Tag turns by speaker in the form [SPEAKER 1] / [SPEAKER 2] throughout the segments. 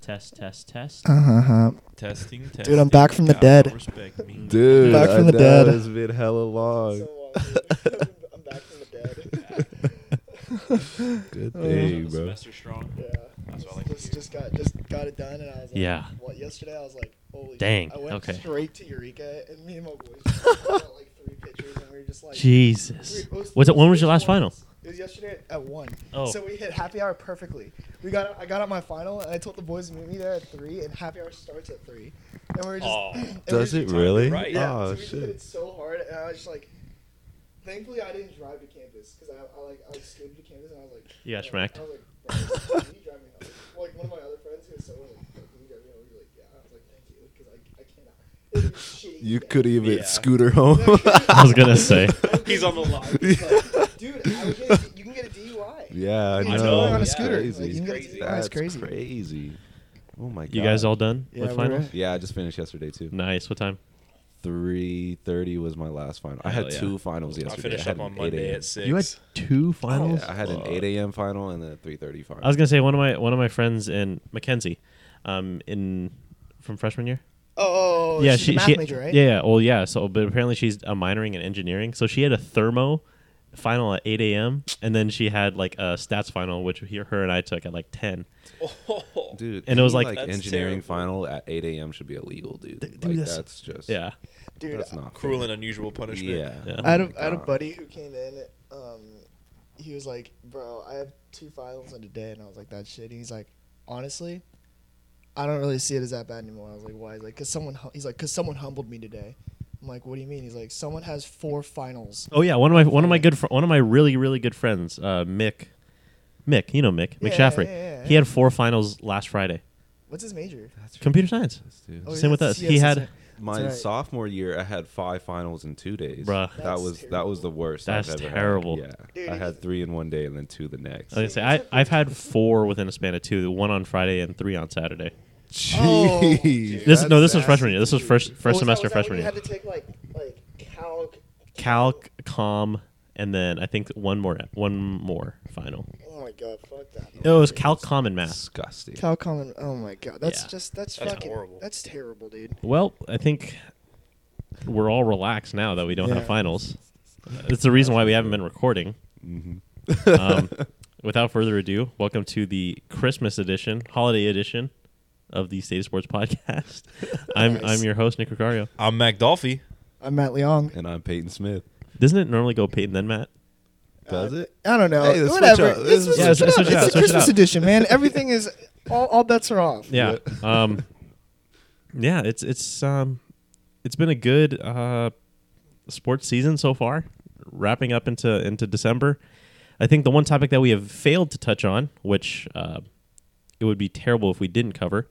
[SPEAKER 1] Test, test, test.
[SPEAKER 2] Uh-huh.
[SPEAKER 3] Testing, testing.
[SPEAKER 2] Dude, I'm back from the
[SPEAKER 3] Gotta
[SPEAKER 2] dead.
[SPEAKER 3] Respect me.
[SPEAKER 4] Dude,
[SPEAKER 2] Back
[SPEAKER 4] I
[SPEAKER 2] from the
[SPEAKER 4] know,
[SPEAKER 2] dead.
[SPEAKER 4] It's been hella long.
[SPEAKER 2] um, I'm back from the dead.
[SPEAKER 4] Good
[SPEAKER 1] Oh,
[SPEAKER 2] Uh,
[SPEAKER 4] thing, bro.
[SPEAKER 3] Semester strong.
[SPEAKER 2] Yeah.
[SPEAKER 3] That's what I like to
[SPEAKER 2] just,
[SPEAKER 3] hear.
[SPEAKER 2] just got just got it done, and I was like,
[SPEAKER 1] Yeah.
[SPEAKER 2] What yesterday? I was like, holy.
[SPEAKER 1] Dang,
[SPEAKER 2] Shit. I went
[SPEAKER 1] okay.
[SPEAKER 2] straight to Eureka, and me and my boys just got like three pictures, and we were just like.
[SPEAKER 1] Jesus.
[SPEAKER 2] we-
[SPEAKER 1] Was it? When was your
[SPEAKER 2] was
[SPEAKER 1] last final?
[SPEAKER 2] It was yesterday at- at one.
[SPEAKER 1] Oh.
[SPEAKER 2] So we hit happy hour perfectly. We got I got out my final, and I told the boys to meet me there at three, and happy hour starts at three, and we were just.
[SPEAKER 3] Aw.
[SPEAKER 2] and we were
[SPEAKER 4] Does
[SPEAKER 2] just
[SPEAKER 4] it
[SPEAKER 2] talking
[SPEAKER 4] really?
[SPEAKER 3] right.
[SPEAKER 2] yeah,
[SPEAKER 4] Oh
[SPEAKER 2] so we just hit
[SPEAKER 4] shit.
[SPEAKER 2] it so hard, and I was just like, thankfully I didn't drive to campus because I, I like I like, skated to campus, and I was like,
[SPEAKER 1] You got
[SPEAKER 2] I was
[SPEAKER 1] smacked.
[SPEAKER 2] Like, I was like, "Bro, can you drive me home?" Well, like one of my other friends who was so like, "Can you drive me home?" He was like, "Yeah." I was like, "Thank you," because I I cannot. It was shitty
[SPEAKER 4] You
[SPEAKER 2] day.
[SPEAKER 4] could even
[SPEAKER 3] Yeah.
[SPEAKER 4] scooter home.
[SPEAKER 2] I
[SPEAKER 1] was gonna say.
[SPEAKER 3] He's on the line.
[SPEAKER 2] Like, dude, I would get a, you can get a DUI.
[SPEAKER 4] yeah, I
[SPEAKER 2] You can
[SPEAKER 4] know.
[SPEAKER 2] get a DUI on a
[SPEAKER 4] It's
[SPEAKER 2] scooter. Like,
[SPEAKER 4] Crazy.
[SPEAKER 2] you can get a
[SPEAKER 3] Crazy.
[SPEAKER 2] DUI. It's
[SPEAKER 4] That's
[SPEAKER 2] crazy.
[SPEAKER 4] crazy. Oh my god.
[SPEAKER 1] You guys all done
[SPEAKER 2] Yeah,
[SPEAKER 1] with
[SPEAKER 2] we're
[SPEAKER 1] finals?
[SPEAKER 2] at-
[SPEAKER 4] Yeah, I just finished yesterday too.
[SPEAKER 1] Nice. What time?
[SPEAKER 4] Three thirty was my last final. I
[SPEAKER 3] Hell
[SPEAKER 4] had
[SPEAKER 3] yeah.
[SPEAKER 4] two finals
[SPEAKER 3] I
[SPEAKER 4] yesterday.
[SPEAKER 3] finished
[SPEAKER 4] had
[SPEAKER 3] up on
[SPEAKER 4] an
[SPEAKER 3] Monday
[SPEAKER 4] 8
[SPEAKER 3] at six.
[SPEAKER 1] You had two finals.
[SPEAKER 2] Oh,
[SPEAKER 4] Yeah, I had an eight a.m. final and then a three thirty final.
[SPEAKER 1] I was gonna say one of my one of my friends in Mackenzie, um, in from freshman year.
[SPEAKER 2] Oh, oh,
[SPEAKER 1] yeah,
[SPEAKER 2] she's
[SPEAKER 1] she,
[SPEAKER 2] a math
[SPEAKER 1] she-
[SPEAKER 2] major, right?
[SPEAKER 1] Yeah, yeah. Well, yeah. So, but apparently she's uh, minoring in engineering. So she had a thermo final at 8 a.m. and then she had like a stats final, which he, her and I took at like 10.
[SPEAKER 3] Oh.
[SPEAKER 4] dude,
[SPEAKER 1] and it was
[SPEAKER 4] any,
[SPEAKER 1] like-
[SPEAKER 3] That's
[SPEAKER 4] engineering
[SPEAKER 3] terrible.
[SPEAKER 4] final at eight a.m. should be illegal, dude.
[SPEAKER 1] dude,
[SPEAKER 4] like,
[SPEAKER 1] that's-
[SPEAKER 4] that's, just
[SPEAKER 1] Yeah.
[SPEAKER 2] dude. uh,
[SPEAKER 4] that's not fair.
[SPEAKER 3] Cruel and unusual punishment.
[SPEAKER 4] Yeah.
[SPEAKER 1] Yeah.
[SPEAKER 2] I had,
[SPEAKER 4] Oh
[SPEAKER 2] a,
[SPEAKER 4] my
[SPEAKER 2] I had a
[SPEAKER 4] God.
[SPEAKER 2] buddy who came in. Um, he was like, "Bro, I have two finals in a day," and I was like, "That shit." And he's like, "Honestly, I don't really see it as that bad anymore." I was like, "Why?" He's like, "Cause someone." Hu-, he's like, "Cause someone humbled me today." I'm like, "What do you mean?" He's like, "Someone has four finals."
[SPEAKER 1] Oh yeah. One of my one of my good fr- one of my really really good friends, uh, Mick, Mick. You know Mick
[SPEAKER 2] Yeah,
[SPEAKER 1] McShaffrey.
[SPEAKER 2] yeah, yeah,
[SPEAKER 1] He
[SPEAKER 2] yeah.
[SPEAKER 1] had four finals last Friday.
[SPEAKER 2] What's his major?
[SPEAKER 4] That's
[SPEAKER 1] Computer science.
[SPEAKER 4] ridiculous, dude.
[SPEAKER 2] Oh,
[SPEAKER 1] Same with
[SPEAKER 2] that's-
[SPEAKER 1] us.
[SPEAKER 2] yes,
[SPEAKER 1] he
[SPEAKER 2] that's
[SPEAKER 1] had.
[SPEAKER 2] right.
[SPEAKER 4] My
[SPEAKER 2] That's right.
[SPEAKER 4] sophomore year, I had five finals in two days.
[SPEAKER 1] Bruh.
[SPEAKER 4] that
[SPEAKER 2] That's
[SPEAKER 4] was that
[SPEAKER 2] terrible.
[SPEAKER 4] was the worst.
[SPEAKER 1] That's
[SPEAKER 4] I've ever had.
[SPEAKER 1] terrible. Oh,
[SPEAKER 2] Dude,
[SPEAKER 4] Yeah, I
[SPEAKER 2] it
[SPEAKER 4] had
[SPEAKER 2] is-
[SPEAKER 4] three in one day and then two the next.
[SPEAKER 1] I was gonna say I, I've had four within a span of two. One on Friday and three on Saturday.
[SPEAKER 2] Oh,
[SPEAKER 4] Jeez,
[SPEAKER 1] This no, this
[SPEAKER 4] that's
[SPEAKER 1] was freshman
[SPEAKER 4] nasty.
[SPEAKER 1] year. This was first
[SPEAKER 2] Oh,
[SPEAKER 1] first
[SPEAKER 2] was that-
[SPEAKER 1] semester
[SPEAKER 2] was that when
[SPEAKER 1] freshman
[SPEAKER 2] You
[SPEAKER 1] year.
[SPEAKER 2] had to take like like calc.
[SPEAKER 1] Calc, com, and then I think one more one more final.
[SPEAKER 2] Oh my god, fuck that.
[SPEAKER 1] No, it was calc, com, and math.
[SPEAKER 4] Disgusting.
[SPEAKER 2] Calcom. and- Oh my god, that's
[SPEAKER 1] Yeah.
[SPEAKER 2] just that's,
[SPEAKER 3] That's
[SPEAKER 2] fucking
[SPEAKER 3] horrible.
[SPEAKER 2] That's terrible, dude.
[SPEAKER 1] Well, I think we're all relaxed now that we don't
[SPEAKER 2] Yeah.
[SPEAKER 1] have finals. It's the reason why we haven't been recording.
[SPEAKER 2] Mm-hmm.
[SPEAKER 1] Um, without further ado, welcome to the Christmas edition, holiday edition of the State of Sports podcast. I'm
[SPEAKER 2] Nice.
[SPEAKER 1] I'm your host Nick Ricario.
[SPEAKER 3] I'm Mac Dolphy.
[SPEAKER 2] I'm Matt Leong.
[SPEAKER 4] And I'm Peyton Smith.
[SPEAKER 1] Doesn't it normally go Peyton then Matt?
[SPEAKER 4] Does it?
[SPEAKER 2] I don't know.
[SPEAKER 4] Hey, let's switch
[SPEAKER 2] Whatever.
[SPEAKER 4] up.
[SPEAKER 2] Let's switch
[SPEAKER 4] Let's
[SPEAKER 1] switch
[SPEAKER 2] it
[SPEAKER 1] up. Yeah, switch it
[SPEAKER 2] up. It's the
[SPEAKER 1] up.
[SPEAKER 2] Christmas edition, man. Everything is all, all bets are off.
[SPEAKER 1] Yeah. Um, yeah. It's it's um, it's been a good uh, sports season so far, wrapping up into into December. I think the one topic that we have failed to touch on, which uh, it would be terrible if we didn't cover,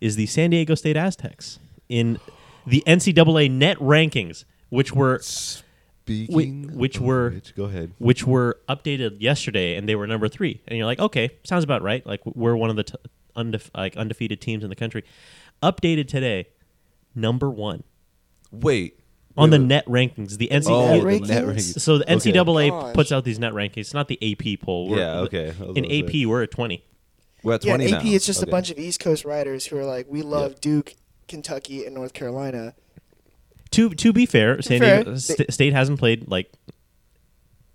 [SPEAKER 1] is the San Diego State Aztecs in the NCAA net rankings, which were
[SPEAKER 4] Speaking.
[SPEAKER 1] which
[SPEAKER 4] of
[SPEAKER 1] were-
[SPEAKER 4] go ahead.
[SPEAKER 1] which were updated yesterday and they were number three and you're like okay sounds about right like we're one of the t- undefe- like undefeated teams in the country updated today number one
[SPEAKER 4] Wait.
[SPEAKER 1] on
[SPEAKER 4] wait,
[SPEAKER 1] the
[SPEAKER 4] wait.
[SPEAKER 1] net E rankings the
[SPEAKER 4] Oh,
[SPEAKER 1] NCAA
[SPEAKER 4] the
[SPEAKER 2] rankings?
[SPEAKER 4] net rankings.
[SPEAKER 1] so the
[SPEAKER 4] Okay.
[SPEAKER 1] NCAA
[SPEAKER 2] Gosh.
[SPEAKER 1] puts out these net rankings it's not the AP poll We're-
[SPEAKER 4] Yeah, okay. I was
[SPEAKER 1] in
[SPEAKER 4] gonna say.
[SPEAKER 1] AP we're at 20
[SPEAKER 4] We're at
[SPEAKER 2] Yeah,
[SPEAKER 4] 20
[SPEAKER 2] AP.
[SPEAKER 4] now.
[SPEAKER 2] It's just
[SPEAKER 4] Okay.
[SPEAKER 2] a bunch of East Coast riders who are like, we love Duke, Kentucky, and North Carolina.
[SPEAKER 1] to to be fair San
[SPEAKER 2] fair,
[SPEAKER 1] Diego St- State hasn't played like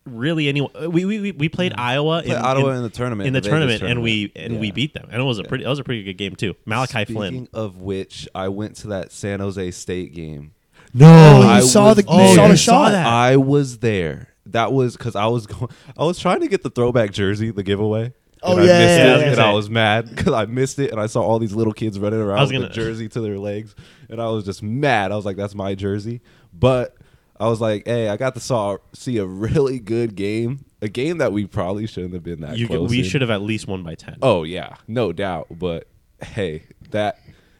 [SPEAKER 1] really anyone we we, we- we played Iowa
[SPEAKER 4] Played
[SPEAKER 1] in,
[SPEAKER 4] Mm. Ottawa
[SPEAKER 1] in,
[SPEAKER 4] in the tournament.
[SPEAKER 1] in the
[SPEAKER 4] Vegas
[SPEAKER 1] tournament, and we and we
[SPEAKER 4] Yeah.
[SPEAKER 1] beat them and it was a pretty that was a pretty good game too Malachi
[SPEAKER 4] Speaking
[SPEAKER 1] Flynn
[SPEAKER 4] of which, I went to that San Jose State game.
[SPEAKER 2] No,
[SPEAKER 4] I
[SPEAKER 2] Oh, you saw
[SPEAKER 4] was
[SPEAKER 2] the
[SPEAKER 4] there.
[SPEAKER 2] you saw
[SPEAKER 1] Oh, you
[SPEAKER 2] the
[SPEAKER 1] saw
[SPEAKER 2] shot.
[SPEAKER 1] that.
[SPEAKER 4] I was there. That was because I was going. I was trying to get the throwback jersey, the giveaway.
[SPEAKER 2] Oh,
[SPEAKER 4] and
[SPEAKER 2] yeah,
[SPEAKER 4] I missed
[SPEAKER 2] yeah,
[SPEAKER 4] it,
[SPEAKER 2] yeah, yeah.
[SPEAKER 4] and I was mad because I missed it, and I saw all these little kids running around
[SPEAKER 1] was
[SPEAKER 4] with
[SPEAKER 1] gonna-
[SPEAKER 4] the jersey to their legs, and I was just mad. I was like, "That's my jersey," but I was like, "Hey, I got to saw see a really good game, a game that we probably shouldn't have been that
[SPEAKER 1] You,
[SPEAKER 4] close."
[SPEAKER 1] we
[SPEAKER 4] in.
[SPEAKER 1] should have at least won by ten.
[SPEAKER 4] Oh yeah, no doubt. But hey, that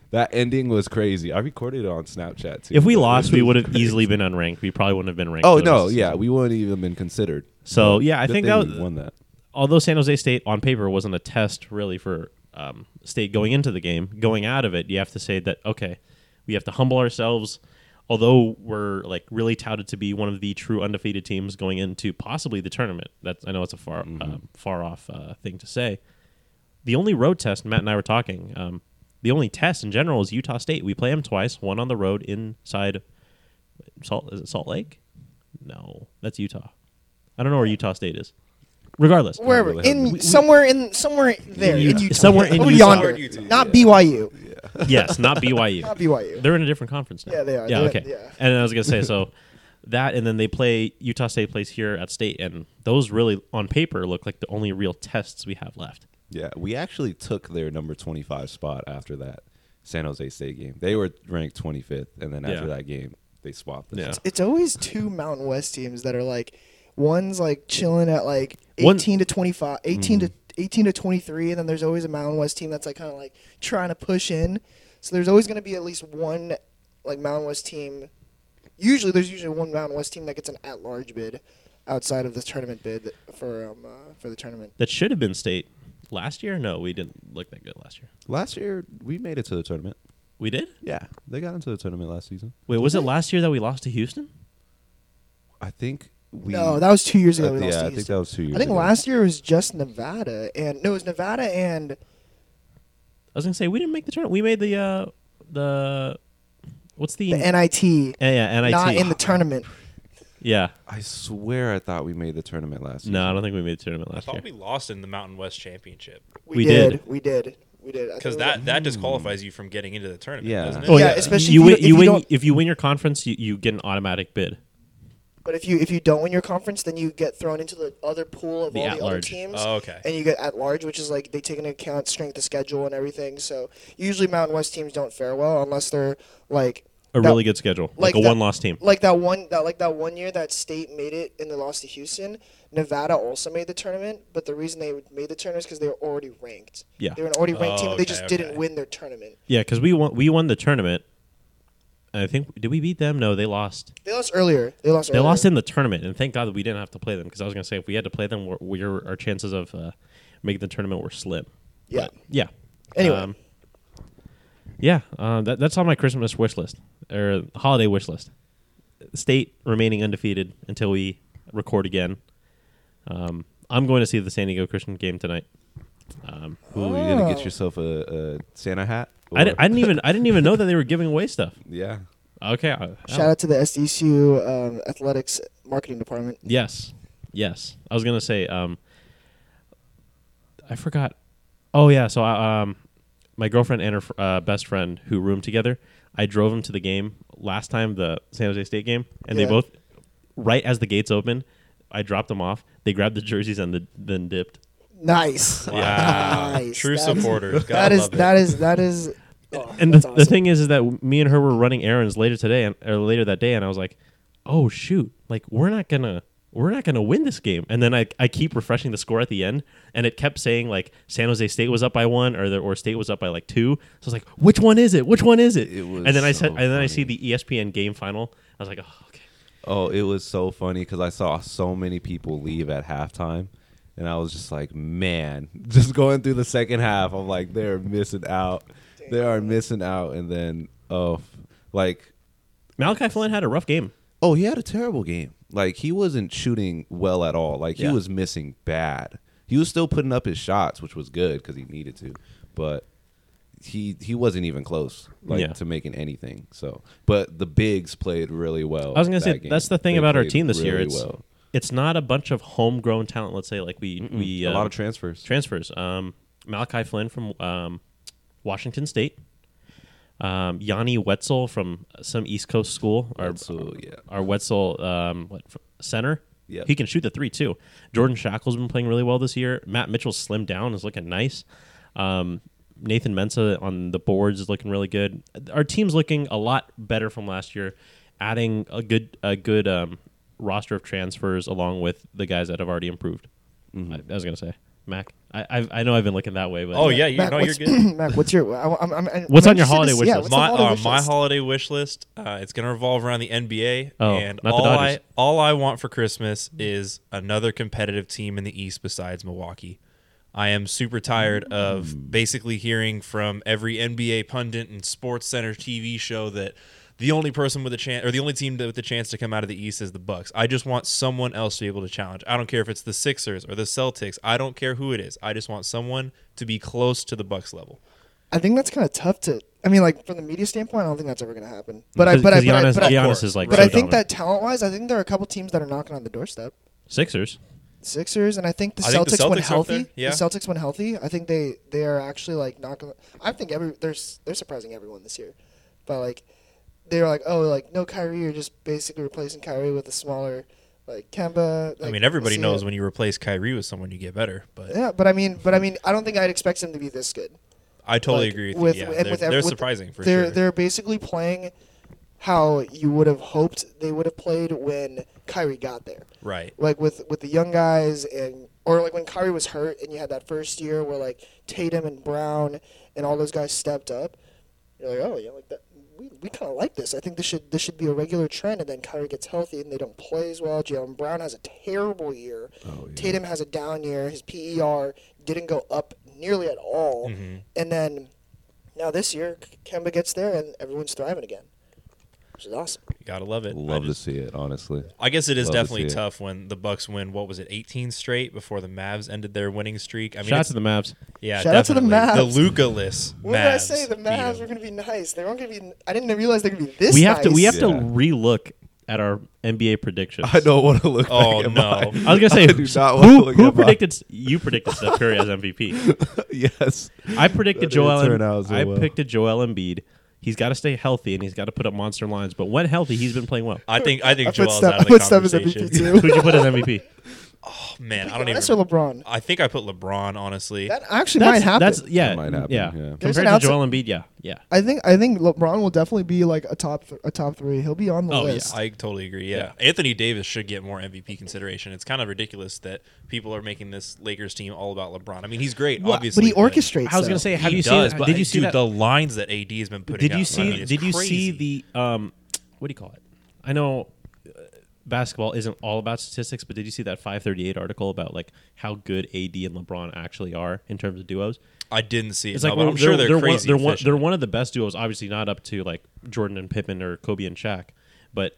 [SPEAKER 4] that ending was crazy. I recorded it on Snapchat too.
[SPEAKER 1] if we
[SPEAKER 4] It
[SPEAKER 1] lost, we
[SPEAKER 4] was
[SPEAKER 1] would have
[SPEAKER 4] crazy.
[SPEAKER 1] easily been unranked. We probably wouldn't have been ranked.
[SPEAKER 4] Oh
[SPEAKER 1] for
[SPEAKER 4] no,
[SPEAKER 1] this.
[SPEAKER 4] yeah, we wouldn't even been considered.
[SPEAKER 1] So,
[SPEAKER 4] But
[SPEAKER 1] yeah, I
[SPEAKER 4] good
[SPEAKER 1] think
[SPEAKER 4] thing
[SPEAKER 1] that
[SPEAKER 4] we
[SPEAKER 1] was-
[SPEAKER 4] won that.
[SPEAKER 1] Although San Jose State on paper wasn't a test really for um, State going into the game, going out of it, you have to say that okay, we have to humble ourselves. Although we're like really touted to be one of the true undefeated teams
[SPEAKER 4] Mm-hmm.
[SPEAKER 1] going into possibly the tournament. That's I know it's a far uh, far off uh, thing to say. the only road test Matt and I were talking. Um, the only test in general is Utah State. We play them twice. One on the road inside Salt. Is it Salt Lake? No, that's Utah. I don't know where Utah State is. Regardless,
[SPEAKER 2] Wherever
[SPEAKER 4] really
[SPEAKER 2] in
[SPEAKER 4] have-
[SPEAKER 2] somewhere in somewhere there in Utah,
[SPEAKER 1] Somewhere in
[SPEAKER 2] Oh,
[SPEAKER 1] Utah.
[SPEAKER 2] yonder.
[SPEAKER 3] Somewhere in Utah,
[SPEAKER 2] not
[SPEAKER 3] yeah.
[SPEAKER 2] BYU,
[SPEAKER 1] yes, not BYU.
[SPEAKER 2] not BYU.
[SPEAKER 1] They're in a different conference now.
[SPEAKER 2] Yeah, they are.
[SPEAKER 1] Yeah,
[SPEAKER 2] They're-
[SPEAKER 1] okay.
[SPEAKER 2] yeah.
[SPEAKER 1] And I was gonna say so that, and then they play Utah State plays here at state, and those really on paper look like the only real tests we have left.
[SPEAKER 4] Yeah, we actually took their number 25 spot after that San Jose State game. They were ranked 25th, and then after
[SPEAKER 1] Yeah.
[SPEAKER 4] that game, they swapped us.
[SPEAKER 1] Yeah.
[SPEAKER 2] It's always two Mountain West teams that are like, one's like chilling at like
[SPEAKER 1] One-
[SPEAKER 2] eighteen to 25,
[SPEAKER 4] Mm-hmm.
[SPEAKER 2] 18 to eighteen to twenty three, and then there's always a Mountain West team that's like kind of like trying to push in. So there's always going to be at least one like Mountain West team. Usually, there's usually one Mountain West team that gets an at large bid outside of the tournament bid that- for um, uh, for the tournament.
[SPEAKER 1] That should have been state last year. No, we didn't look that good last year.
[SPEAKER 4] Last year, we made it to the tournament.
[SPEAKER 1] We did.
[SPEAKER 4] Yeah, they got into the tournament last season.
[SPEAKER 1] Wait, was it last year that we lost to Houston?
[SPEAKER 4] I think we.
[SPEAKER 2] No, that was two years
[SPEAKER 4] I
[SPEAKER 2] ago. we
[SPEAKER 4] th-
[SPEAKER 2] lost
[SPEAKER 4] yeah,
[SPEAKER 2] to
[SPEAKER 4] I think
[SPEAKER 2] Houston.
[SPEAKER 4] that was two years
[SPEAKER 2] I think
[SPEAKER 4] ago.
[SPEAKER 2] last year was just Nevada and no, it was Nevada and
[SPEAKER 1] I was gonna say we didn't make the tournament. We made the uh the what's the,
[SPEAKER 2] the NIT,
[SPEAKER 1] yeah, yeah NIT.
[SPEAKER 2] not in the tournament.
[SPEAKER 1] yeah.
[SPEAKER 4] I swear I thought we made the tournament last season.
[SPEAKER 1] No, I don't think we made the tournament
[SPEAKER 3] I
[SPEAKER 1] last year.
[SPEAKER 3] thought we lost in the Mountain West Championship
[SPEAKER 1] We did.
[SPEAKER 2] We did. We did. I think
[SPEAKER 3] because
[SPEAKER 2] we
[SPEAKER 3] that
[SPEAKER 2] did.
[SPEAKER 3] that disqualifies you from getting into the tournament.
[SPEAKER 4] Oh, Yeah.
[SPEAKER 3] Doesn't it?
[SPEAKER 2] Oh, yeah, especially
[SPEAKER 1] you
[SPEAKER 2] if you
[SPEAKER 1] win,
[SPEAKER 2] don't-
[SPEAKER 1] you, win if
[SPEAKER 2] if you don't-
[SPEAKER 1] you win your conference, you, you get an automatic bid.
[SPEAKER 2] But if you if you don't win your conference, then you get thrown into the other pool of
[SPEAKER 1] The
[SPEAKER 2] all the other
[SPEAKER 1] at-large.
[SPEAKER 2] teams.
[SPEAKER 3] Oh, okay.
[SPEAKER 2] And you get at large, which is like they take into account strength of schedule and everything. So usually Mountain West teams don't fare well unless they're
[SPEAKER 1] A
[SPEAKER 2] like that-
[SPEAKER 1] really good schedule, like,
[SPEAKER 2] like
[SPEAKER 1] a
[SPEAKER 2] that-
[SPEAKER 1] one loss team.
[SPEAKER 2] Like that one that like that one year that state made it and they lost to Houston. Nevada also made the tournament, but the reason they made the tournament is because they were already ranked.
[SPEAKER 1] Yeah.
[SPEAKER 2] They were an already ranked
[SPEAKER 3] Oh,
[SPEAKER 2] team. They
[SPEAKER 3] okay,
[SPEAKER 2] just
[SPEAKER 3] okay.
[SPEAKER 2] didn't win their tournament.
[SPEAKER 1] Yeah, because we won we won the tournament. I think did we beat them? No, they lost.
[SPEAKER 2] They lost earlier. They lost.
[SPEAKER 1] They
[SPEAKER 2] earlier.
[SPEAKER 1] lost in the tournament, and thank God that we didn't have to play them. Because I was gonna say if we had to play them, we're, we're, our chances of uh, making the tournament were slim.
[SPEAKER 2] Yeah.
[SPEAKER 1] Yeah. Um,
[SPEAKER 2] Anyway.
[SPEAKER 1] yeah, um, that, that's on my Christmas wish list or holiday wish list. State remaining undefeated until we record again. Um, I'm going to see the San Diego Christian game tonight. Um,
[SPEAKER 4] Ooh, you're going to get yourself a, a Santa hat?
[SPEAKER 1] I, di-
[SPEAKER 4] Or-
[SPEAKER 1] I didn't even I didn't even know that they were giving away stuff.
[SPEAKER 4] Yeah.
[SPEAKER 1] Okay. I-
[SPEAKER 2] Shout out to the SDSU um, athletics marketing department.
[SPEAKER 1] Yes. Yes. I was gonna say, um I forgot oh yeah, so I um my girlfriend and her fr- uh, best friend who roomed together, I drove them to the game last time, the San Jose State game, and
[SPEAKER 2] Yeah.
[SPEAKER 1] they both right as the gates open, I dropped them off. They grabbed the jerseys and the, then dipped.
[SPEAKER 2] Nice.
[SPEAKER 3] Wow.
[SPEAKER 2] Nice. That
[SPEAKER 3] True
[SPEAKER 2] is-
[SPEAKER 3] supporters. God
[SPEAKER 2] That is
[SPEAKER 3] love it.
[SPEAKER 2] that is that is. oh,
[SPEAKER 1] And the,
[SPEAKER 2] that's
[SPEAKER 1] the
[SPEAKER 2] awesome.
[SPEAKER 1] thing is, is that me and her were running errands later today and or later that day, and I was like, "Oh shoot! Like we're not gonna we're not gonna win this game." And then I I keep refreshing the score at the end, and it kept saying like San Jose State was up by one, or the, or State was up by like two. So I was like, "Which one is it? Which one is it?"
[SPEAKER 4] It was
[SPEAKER 1] and then I
[SPEAKER 4] so
[SPEAKER 1] said, and then I see
[SPEAKER 4] funny.
[SPEAKER 1] the E ESPN game final. I was like, "Oh, okay."
[SPEAKER 4] Oh, it was so funny because I saw so many people leave at halftime, and I was just like, man, just going through the second half, I'm like, they're missing out. They are missing out. And then, oh, f- like,
[SPEAKER 1] Malachi Flynn had a rough game.
[SPEAKER 4] oh, he had a terrible game. Like, he wasn't shooting well at all. Like,
[SPEAKER 1] Yeah.
[SPEAKER 4] he was missing bad. He was still putting up his shots, which was good because he needed to, but. He he wasn't even close, like
[SPEAKER 1] Yeah.
[SPEAKER 4] to making anything. So, but the bigs played really well.
[SPEAKER 1] I was gonna
[SPEAKER 4] that
[SPEAKER 1] say
[SPEAKER 4] game.
[SPEAKER 1] that's the thing
[SPEAKER 4] They
[SPEAKER 1] about our
[SPEAKER 4] played
[SPEAKER 1] team this year.
[SPEAKER 4] really
[SPEAKER 1] It's it's not a bunch of homegrown talent. Let's say like we we
[SPEAKER 4] a
[SPEAKER 1] uh,
[SPEAKER 4] lot of transfers.
[SPEAKER 1] transfers. Um, Malachi Flynn from um, Washington State. Um, Yanni Wetzel from some East Coast school. Our,
[SPEAKER 4] Wetzel, yeah.
[SPEAKER 1] Our Wetzel um, what, f- center.
[SPEAKER 4] Yep.
[SPEAKER 1] He can shoot the three, too. Jordan Shackle's been playing really well this year. Matt Mitchell slimmed down, is looking nice. Um, Nathan Mensa on the boards is looking really good. Our team's looking a lot better from last year, adding a good a good um, roster of transfers along with the guys that have already improved.
[SPEAKER 4] Mm-hmm.
[SPEAKER 1] I, I was gonna say Mac. I I've, I know I've been looking that way, but
[SPEAKER 3] Oh yeah, you,
[SPEAKER 2] Mac,
[SPEAKER 3] no, you're
[SPEAKER 2] what's,
[SPEAKER 3] good.
[SPEAKER 2] Mac, what's your? I, I'm, I'm, I'm
[SPEAKER 1] What's on your
[SPEAKER 2] interested to
[SPEAKER 1] holiday
[SPEAKER 2] see-
[SPEAKER 1] wish
[SPEAKER 2] yeah,
[SPEAKER 1] list?
[SPEAKER 2] what's
[SPEAKER 3] my
[SPEAKER 2] the holiday
[SPEAKER 3] uh,
[SPEAKER 2] wish
[SPEAKER 3] my
[SPEAKER 2] list?
[SPEAKER 3] holiday wish list. Uh, it's gonna revolve around the NBA,
[SPEAKER 1] Oh,
[SPEAKER 3] and
[SPEAKER 1] not the
[SPEAKER 3] all I
[SPEAKER 1] Dodgers.
[SPEAKER 3] all I want for Christmas is another competitive team in the East besides Milwaukee. I am super tired
[SPEAKER 1] Hmm.
[SPEAKER 3] of basically hearing from every NBA pundit and Sports Center TV show that the only person with a chance or the only team that, with the chance to come out of the East is the Bucks. I just want someone else to be able to challenge. I don't care if it's the Sixers or the Celtics. I don't care who it is. I just want someone to be close to the Bucks level.
[SPEAKER 2] I think that's kind of tough to. I mean, like from the media standpoint, I don't think that's ever going to happen. But I,
[SPEAKER 1] 'Cause-
[SPEAKER 2] but I,
[SPEAKER 1] 'cause
[SPEAKER 2] but I,
[SPEAKER 1] Giannis,
[SPEAKER 2] but I,
[SPEAKER 1] Giannis
[SPEAKER 3] course,
[SPEAKER 1] is like.
[SPEAKER 2] but
[SPEAKER 1] so
[SPEAKER 2] I think
[SPEAKER 1] dominant.
[SPEAKER 2] that talent wise, I think there are a couple teams that are knocking on the doorstep.
[SPEAKER 1] Sixers.
[SPEAKER 2] Sixers, and I think the
[SPEAKER 3] I think
[SPEAKER 2] Celtics,
[SPEAKER 3] the
[SPEAKER 2] when
[SPEAKER 3] Celtics are up there,
[SPEAKER 2] healthy,
[SPEAKER 3] yeah.
[SPEAKER 2] the Celtics when healthy, I think they they are actually like knocking. I think every they're s- they're surprising everyone this year, but like they were like oh like no Kyrie, you're just basically replacing Kyrie with a smaller like Kemba.
[SPEAKER 3] I
[SPEAKER 2] like,
[SPEAKER 3] mean,
[SPEAKER 2] we'll
[SPEAKER 3] everybody
[SPEAKER 2] see
[SPEAKER 3] knows
[SPEAKER 2] it.
[SPEAKER 3] when you replace Kyrie with someone, you get better. But
[SPEAKER 2] Yeah, but I mean, but I mean, I don't think I'd expect him to be this good.
[SPEAKER 3] I totally
[SPEAKER 2] Like,
[SPEAKER 3] agree with,
[SPEAKER 2] with-
[SPEAKER 3] you. Yeah,
[SPEAKER 2] and
[SPEAKER 3] they're,
[SPEAKER 2] with-
[SPEAKER 3] they're
[SPEAKER 2] with-
[SPEAKER 3] surprising for
[SPEAKER 2] they're
[SPEAKER 3] sure.
[SPEAKER 2] they're basically playing how you would have hoped they would have played when Kyrie got there.
[SPEAKER 3] right.
[SPEAKER 2] like with with the young guys and or like when Kyrie was hurt and you had that first year where like Tatum and Brown and all those guys stepped up. You're like, oh yeah, like that. We, we kind of like this. I think this should this should be a regular trend. And then Kyrie gets healthy and they don't play as well. Jalen Brown has a terrible year.
[SPEAKER 4] Oh, yeah.
[SPEAKER 2] Tatum has a down year. His PER didn't go up nearly at all.
[SPEAKER 4] Mm-hmm.
[SPEAKER 2] And then now this year, Kemba gets there and everyone's thriving again, which is awesome.
[SPEAKER 3] You gotta love it. I
[SPEAKER 4] Love
[SPEAKER 3] just-
[SPEAKER 4] to see it, honestly.
[SPEAKER 3] I guess it is
[SPEAKER 4] Love to
[SPEAKER 3] definitely
[SPEAKER 4] see it.
[SPEAKER 3] tough when the Bucks win. What was it, 18 straight before the Mavs ended their winning streak? I mean,
[SPEAKER 1] Shout out
[SPEAKER 3] it's-
[SPEAKER 1] to the Mavs.
[SPEAKER 3] yeah,
[SPEAKER 2] Shout out to the
[SPEAKER 3] definitely.
[SPEAKER 2] Mavs.
[SPEAKER 3] The Luca-less
[SPEAKER 2] What did I
[SPEAKER 3] Mavs
[SPEAKER 2] say? The
[SPEAKER 3] beat
[SPEAKER 2] Mavs were
[SPEAKER 3] them.
[SPEAKER 2] going to be nice. They weren't going to be. I didn't realize they were going to be this.
[SPEAKER 1] we have to we have
[SPEAKER 2] nice.
[SPEAKER 1] to
[SPEAKER 4] Yeah.
[SPEAKER 1] relook at our NBA predictions.
[SPEAKER 4] I don't want to look.
[SPEAKER 3] Oh
[SPEAKER 4] back at
[SPEAKER 3] no!
[SPEAKER 1] I was gonna say,
[SPEAKER 4] I do not want to
[SPEAKER 1] who,
[SPEAKER 4] look
[SPEAKER 1] who
[SPEAKER 4] at my-
[SPEAKER 1] predicted you predicted Steph Curry as MVP?
[SPEAKER 4] mine. yes.
[SPEAKER 1] I predicted
[SPEAKER 4] That didn't
[SPEAKER 1] Joel.
[SPEAKER 4] turn out so
[SPEAKER 1] I
[SPEAKER 4] well.
[SPEAKER 1] picked a Joel Embiid. He's got to stay healthy and he's got to put up monster lines. But when healthy, he's been playing well.
[SPEAKER 3] I think I think
[SPEAKER 2] I put
[SPEAKER 3] Joel's
[SPEAKER 2] Steph-
[SPEAKER 3] out of
[SPEAKER 2] I
[SPEAKER 3] the
[SPEAKER 2] put Steph as MVP
[SPEAKER 3] conversation.
[SPEAKER 2] too.
[SPEAKER 1] Who'd you put as MVP?
[SPEAKER 3] Oh, man, I don't even.
[SPEAKER 2] Giannis or LeBron.
[SPEAKER 3] I think I put LeBron honestly.
[SPEAKER 2] That actually
[SPEAKER 1] That's,
[SPEAKER 2] might happen.
[SPEAKER 1] That's yeah,
[SPEAKER 4] That might happen,
[SPEAKER 1] yeah.
[SPEAKER 4] yeah.
[SPEAKER 2] There's
[SPEAKER 1] Compared
[SPEAKER 2] an
[SPEAKER 1] to
[SPEAKER 2] outside-
[SPEAKER 1] Joel Embiid, yeah, yeah.
[SPEAKER 2] I think I think LeBron will definitely be like a top th- a top three. He'll be on the
[SPEAKER 1] Oh, yeah.
[SPEAKER 2] list.
[SPEAKER 3] I totally agree. Yeah. Anthony Davis should get more MVP consideration. It's kind of ridiculous that people are making this Lakers team all about LeBron. I mean, he's great,
[SPEAKER 2] Well,
[SPEAKER 3] obviously.
[SPEAKER 2] but he orchestrates.
[SPEAKER 1] I was
[SPEAKER 2] though.
[SPEAKER 1] gonna say, have
[SPEAKER 3] he
[SPEAKER 1] you
[SPEAKER 3] does,
[SPEAKER 1] seen?
[SPEAKER 3] but
[SPEAKER 1] did you see
[SPEAKER 3] dude,
[SPEAKER 1] that?
[SPEAKER 3] the lines that AD has been putting
[SPEAKER 1] did you
[SPEAKER 3] out? I
[SPEAKER 1] see?
[SPEAKER 3] mean, it's
[SPEAKER 1] did you
[SPEAKER 3] crazy.
[SPEAKER 1] see the um? What do you call it? I know uh, basketball isn't all about statistics, but did you see that 538 article about like how good AD and LeBron actually are in terms of duos?
[SPEAKER 3] I didn't see it.
[SPEAKER 1] It's
[SPEAKER 3] no,
[SPEAKER 1] like
[SPEAKER 3] but
[SPEAKER 1] well,
[SPEAKER 3] I'm sure they're,
[SPEAKER 1] One,
[SPEAKER 3] crazy.
[SPEAKER 1] they're, one,
[SPEAKER 3] efficient.
[SPEAKER 1] they're one of the best duos. Obviously, not up to like Jordan and Pippen or Kobe and Shaq, but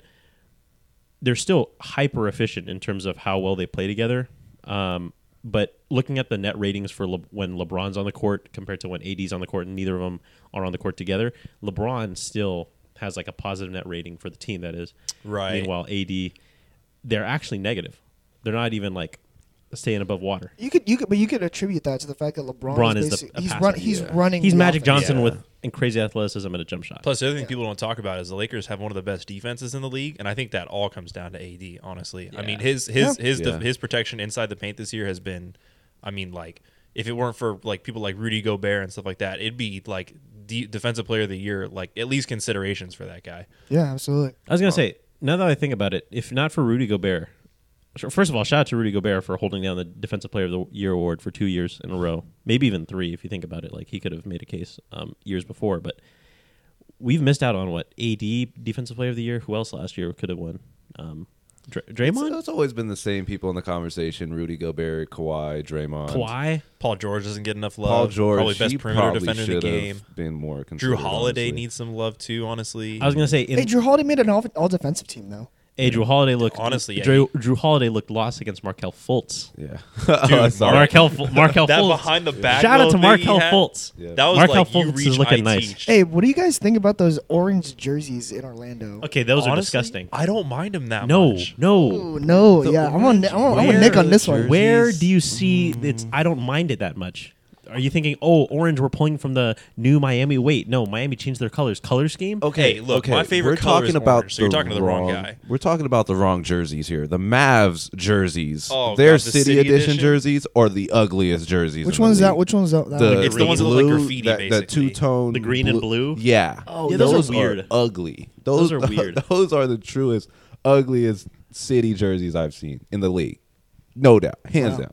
[SPEAKER 1] they're still hyper efficient in terms of how well they play together. Um, but looking at the net ratings for Le- when LeBron's on the court compared to when AD's on the court, and neither of them are on the court together, LeBron still has like a positive net rating for the team. That is
[SPEAKER 3] Right.
[SPEAKER 1] Meanwhile, AD, they're actually negative. They're not even like staying above water.
[SPEAKER 2] you could you could but you could attribute that to the fact that LeBron
[SPEAKER 1] Bron
[SPEAKER 2] is,
[SPEAKER 1] is the-
[SPEAKER 2] basic-
[SPEAKER 1] a
[SPEAKER 2] he's
[SPEAKER 1] passer.
[SPEAKER 2] run he's
[SPEAKER 4] Yeah.
[SPEAKER 2] running.
[SPEAKER 1] He's
[SPEAKER 2] the
[SPEAKER 1] Magic
[SPEAKER 2] offense.
[SPEAKER 1] Johnson
[SPEAKER 4] Yeah.
[SPEAKER 1] with and crazy athleticism and a jump shot.
[SPEAKER 3] Plus, the other thing people don't talk about is the Lakers have one of the best defenses in the league, and I think that all comes down to AD. Honestly, I mean his his his
[SPEAKER 4] Yeah.
[SPEAKER 3] his protection inside the paint this year has been, I mean, like if it weren't for like people like Rudy Gobert and stuff like that, it'd be like de- defensive player of the year, like at least considerations for that guy.
[SPEAKER 2] Yeah, absolutely.
[SPEAKER 1] I was gonna say, now that I think about it, if not for Rudy Gobert, so first of all, shout out to Rudy Gobert for holding down the Defensive Player of the Year award for two years in a row, maybe even three if you think about it. Like he could have made a case um, years before, but we've missed out on what AD Defensive Player of the Year. Who else last year could have won? Um, Dr-
[SPEAKER 4] So
[SPEAKER 1] Draymond,
[SPEAKER 4] it's always been the same people in the conversation: Rudy Gobert, Kawhi, Draymond,
[SPEAKER 2] uh,
[SPEAKER 1] Kawhi.
[SPEAKER 3] Paul George doesn't get enough love.
[SPEAKER 4] Paul George.
[SPEAKER 3] probably best
[SPEAKER 4] he
[SPEAKER 3] perimeter
[SPEAKER 4] probably
[SPEAKER 3] defender in the
[SPEAKER 4] should have
[SPEAKER 3] game.
[SPEAKER 4] Been more
[SPEAKER 3] Drew
[SPEAKER 4] considered,
[SPEAKER 3] Holiday
[SPEAKER 4] honestly.
[SPEAKER 3] needs some love too. Honestly,
[SPEAKER 1] I was gonna say, in,
[SPEAKER 2] Hey, Drew Holiday made an all, all defensive team though.
[SPEAKER 1] hey, Drew Holiday looked
[SPEAKER 3] Honestly, yeah,
[SPEAKER 1] Drew, Drew Holiday looked lost against Markel Fultz.
[SPEAKER 4] Yeah. oh, I saw
[SPEAKER 3] Mark-
[SPEAKER 4] it.
[SPEAKER 1] Markel, Fu- Markel
[SPEAKER 3] that
[SPEAKER 1] Fultz.
[SPEAKER 3] behind the back.
[SPEAKER 1] Shout out
[SPEAKER 3] little
[SPEAKER 1] to
[SPEAKER 3] thing
[SPEAKER 1] Markel
[SPEAKER 3] he had,
[SPEAKER 1] Fultz.
[SPEAKER 4] Yeah.
[SPEAKER 3] That was
[SPEAKER 1] Markel
[SPEAKER 3] like you
[SPEAKER 1] Fultz is
[SPEAKER 3] reach,
[SPEAKER 1] looking
[SPEAKER 3] I
[SPEAKER 1] nice.
[SPEAKER 3] teach.
[SPEAKER 2] Hey, what do you guys think about those orange jerseys in Orlando?
[SPEAKER 1] Okay, those are
[SPEAKER 3] Honestly,
[SPEAKER 1] disgusting.
[SPEAKER 3] I don't mind him that
[SPEAKER 1] No,
[SPEAKER 3] much.
[SPEAKER 1] no.
[SPEAKER 2] Ooh, no,
[SPEAKER 4] The
[SPEAKER 2] yeah, I'm on
[SPEAKER 4] orange
[SPEAKER 2] I'm on, I'm
[SPEAKER 4] wear
[SPEAKER 2] on Nick on this
[SPEAKER 4] jerseys.
[SPEAKER 2] one.
[SPEAKER 1] Where do you see it's? I don't mind it that much. Are you thinking, oh, orange? We're pulling from the new Miami. Wait, no, Miami changed their colors. Color scheme.
[SPEAKER 2] Oh.
[SPEAKER 3] Hey, look, my favorite
[SPEAKER 4] we're
[SPEAKER 3] color
[SPEAKER 4] talking
[SPEAKER 3] is
[SPEAKER 4] about
[SPEAKER 3] orange, so you're
[SPEAKER 4] the
[SPEAKER 3] talking to the wrong guy.
[SPEAKER 4] We're talking about the wrong jerseys here. The Mavs jerseys,
[SPEAKER 3] Oh,
[SPEAKER 4] their
[SPEAKER 3] God, the
[SPEAKER 4] city,
[SPEAKER 3] city
[SPEAKER 4] edition,
[SPEAKER 3] edition?
[SPEAKER 4] jerseys, are the ugliest jerseys.
[SPEAKER 2] Which
[SPEAKER 4] in the
[SPEAKER 2] one's that?
[SPEAKER 4] league.
[SPEAKER 2] Which one's that? that
[SPEAKER 4] the
[SPEAKER 2] one?
[SPEAKER 3] It's the ones that look like
[SPEAKER 4] blue-
[SPEAKER 3] graffiti,
[SPEAKER 4] that-
[SPEAKER 3] basically.
[SPEAKER 4] The two tone,
[SPEAKER 1] The green and blue?
[SPEAKER 4] Yeah,
[SPEAKER 2] Oh,
[SPEAKER 1] Yeah, those
[SPEAKER 4] those,
[SPEAKER 1] are
[SPEAKER 4] are
[SPEAKER 1] weird.
[SPEAKER 4] ugly. Those,
[SPEAKER 1] Those are weird.
[SPEAKER 4] those are the truest, ugliest city jerseys I've seen in the league, no doubt, hands
[SPEAKER 2] Wow.
[SPEAKER 4] down.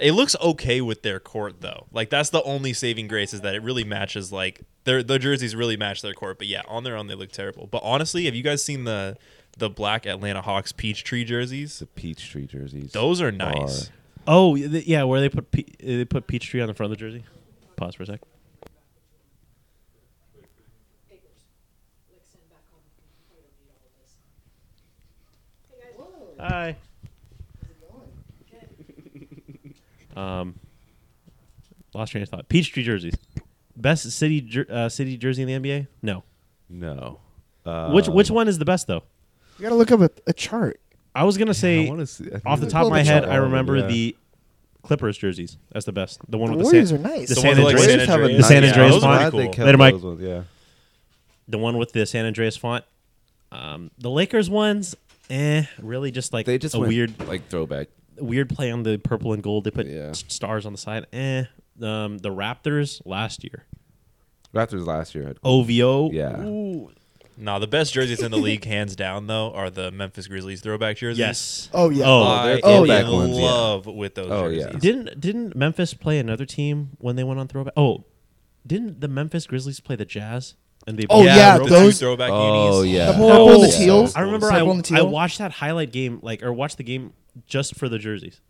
[SPEAKER 3] It looks okay with their court though. Like that's the only saving grace is that it really matches like their their jerseys really match their court. But yeah, on their own they look terrible. But honestly, have you guys seen the the black Atlanta Hawks peach tree jerseys?
[SPEAKER 4] The Peachtree jerseys.
[SPEAKER 3] Those are nice.
[SPEAKER 4] are-
[SPEAKER 1] Oh, y- th- yeah, where they put pe- uh, they put Peachtree on the front of the jersey. Pause for a sec. Hi. Um, lost train of thought. Peachtree jerseys, best city jer- uh, city jersey in the NBA. No,
[SPEAKER 4] No. Uh,
[SPEAKER 1] which which one is the best though?
[SPEAKER 2] You gotta look up a, a chart.
[SPEAKER 1] I was gonna
[SPEAKER 4] I
[SPEAKER 1] say
[SPEAKER 4] wanna see- I
[SPEAKER 1] off the
[SPEAKER 4] think
[SPEAKER 1] top of
[SPEAKER 2] pull
[SPEAKER 1] my
[SPEAKER 2] the
[SPEAKER 1] head,
[SPEAKER 2] chart.
[SPEAKER 1] I remember
[SPEAKER 4] Yeah.
[SPEAKER 1] the Clippers jerseys. That's the best. The one
[SPEAKER 2] The
[SPEAKER 1] with the
[SPEAKER 2] Warriors
[SPEAKER 1] San,
[SPEAKER 2] are nice.
[SPEAKER 1] the
[SPEAKER 2] The
[SPEAKER 1] San
[SPEAKER 3] ones that, like,
[SPEAKER 1] Andreas,
[SPEAKER 3] San Andreas-
[SPEAKER 1] the San
[SPEAKER 3] Yeah,
[SPEAKER 1] Andreas
[SPEAKER 3] those are
[SPEAKER 1] font,
[SPEAKER 3] pretty cool.
[SPEAKER 1] Later, Mike.
[SPEAKER 4] Those ones, yeah.
[SPEAKER 1] the one with the San Andreas font. Um, the Lakers ones, eh, really just like
[SPEAKER 4] They just
[SPEAKER 1] a
[SPEAKER 4] went,
[SPEAKER 1] weird
[SPEAKER 4] like throwback.
[SPEAKER 1] weird play on the purple and gold. They put
[SPEAKER 4] Yeah.
[SPEAKER 1] s- stars on the side. Eh. Um, the Raptors last year.
[SPEAKER 4] Raptors last year had
[SPEAKER 1] OVO.
[SPEAKER 4] Yeah.
[SPEAKER 1] Ooh.
[SPEAKER 3] Nah, the best jerseys in the league, hands down, though, are the Memphis Grizzlies throwback jerseys.
[SPEAKER 1] Yes.
[SPEAKER 2] Oh yeah.
[SPEAKER 1] Oh,
[SPEAKER 3] I
[SPEAKER 4] they're
[SPEAKER 3] am
[SPEAKER 4] throwback
[SPEAKER 3] in
[SPEAKER 4] ones, yeah.
[SPEAKER 3] love with those
[SPEAKER 4] Oh, yeah.
[SPEAKER 3] jerseys.
[SPEAKER 1] Didn't didn't Memphis play another team when they went on throwback? Oh, didn't the Memphis Grizzlies play the Jazz? And they
[SPEAKER 2] Oh,
[SPEAKER 1] beat the
[SPEAKER 2] yeah,
[SPEAKER 3] the
[SPEAKER 1] Raptors?
[SPEAKER 3] two
[SPEAKER 2] those-
[SPEAKER 3] throwback
[SPEAKER 4] Oh,
[SPEAKER 3] unis.
[SPEAKER 4] yeah.
[SPEAKER 2] The purple and the
[SPEAKER 1] Oh.
[SPEAKER 2] teals.
[SPEAKER 1] I remember I,
[SPEAKER 2] Purple and the
[SPEAKER 1] I
[SPEAKER 2] teal.
[SPEAKER 1] watched that highlight game like or watched the game just for the jerseys.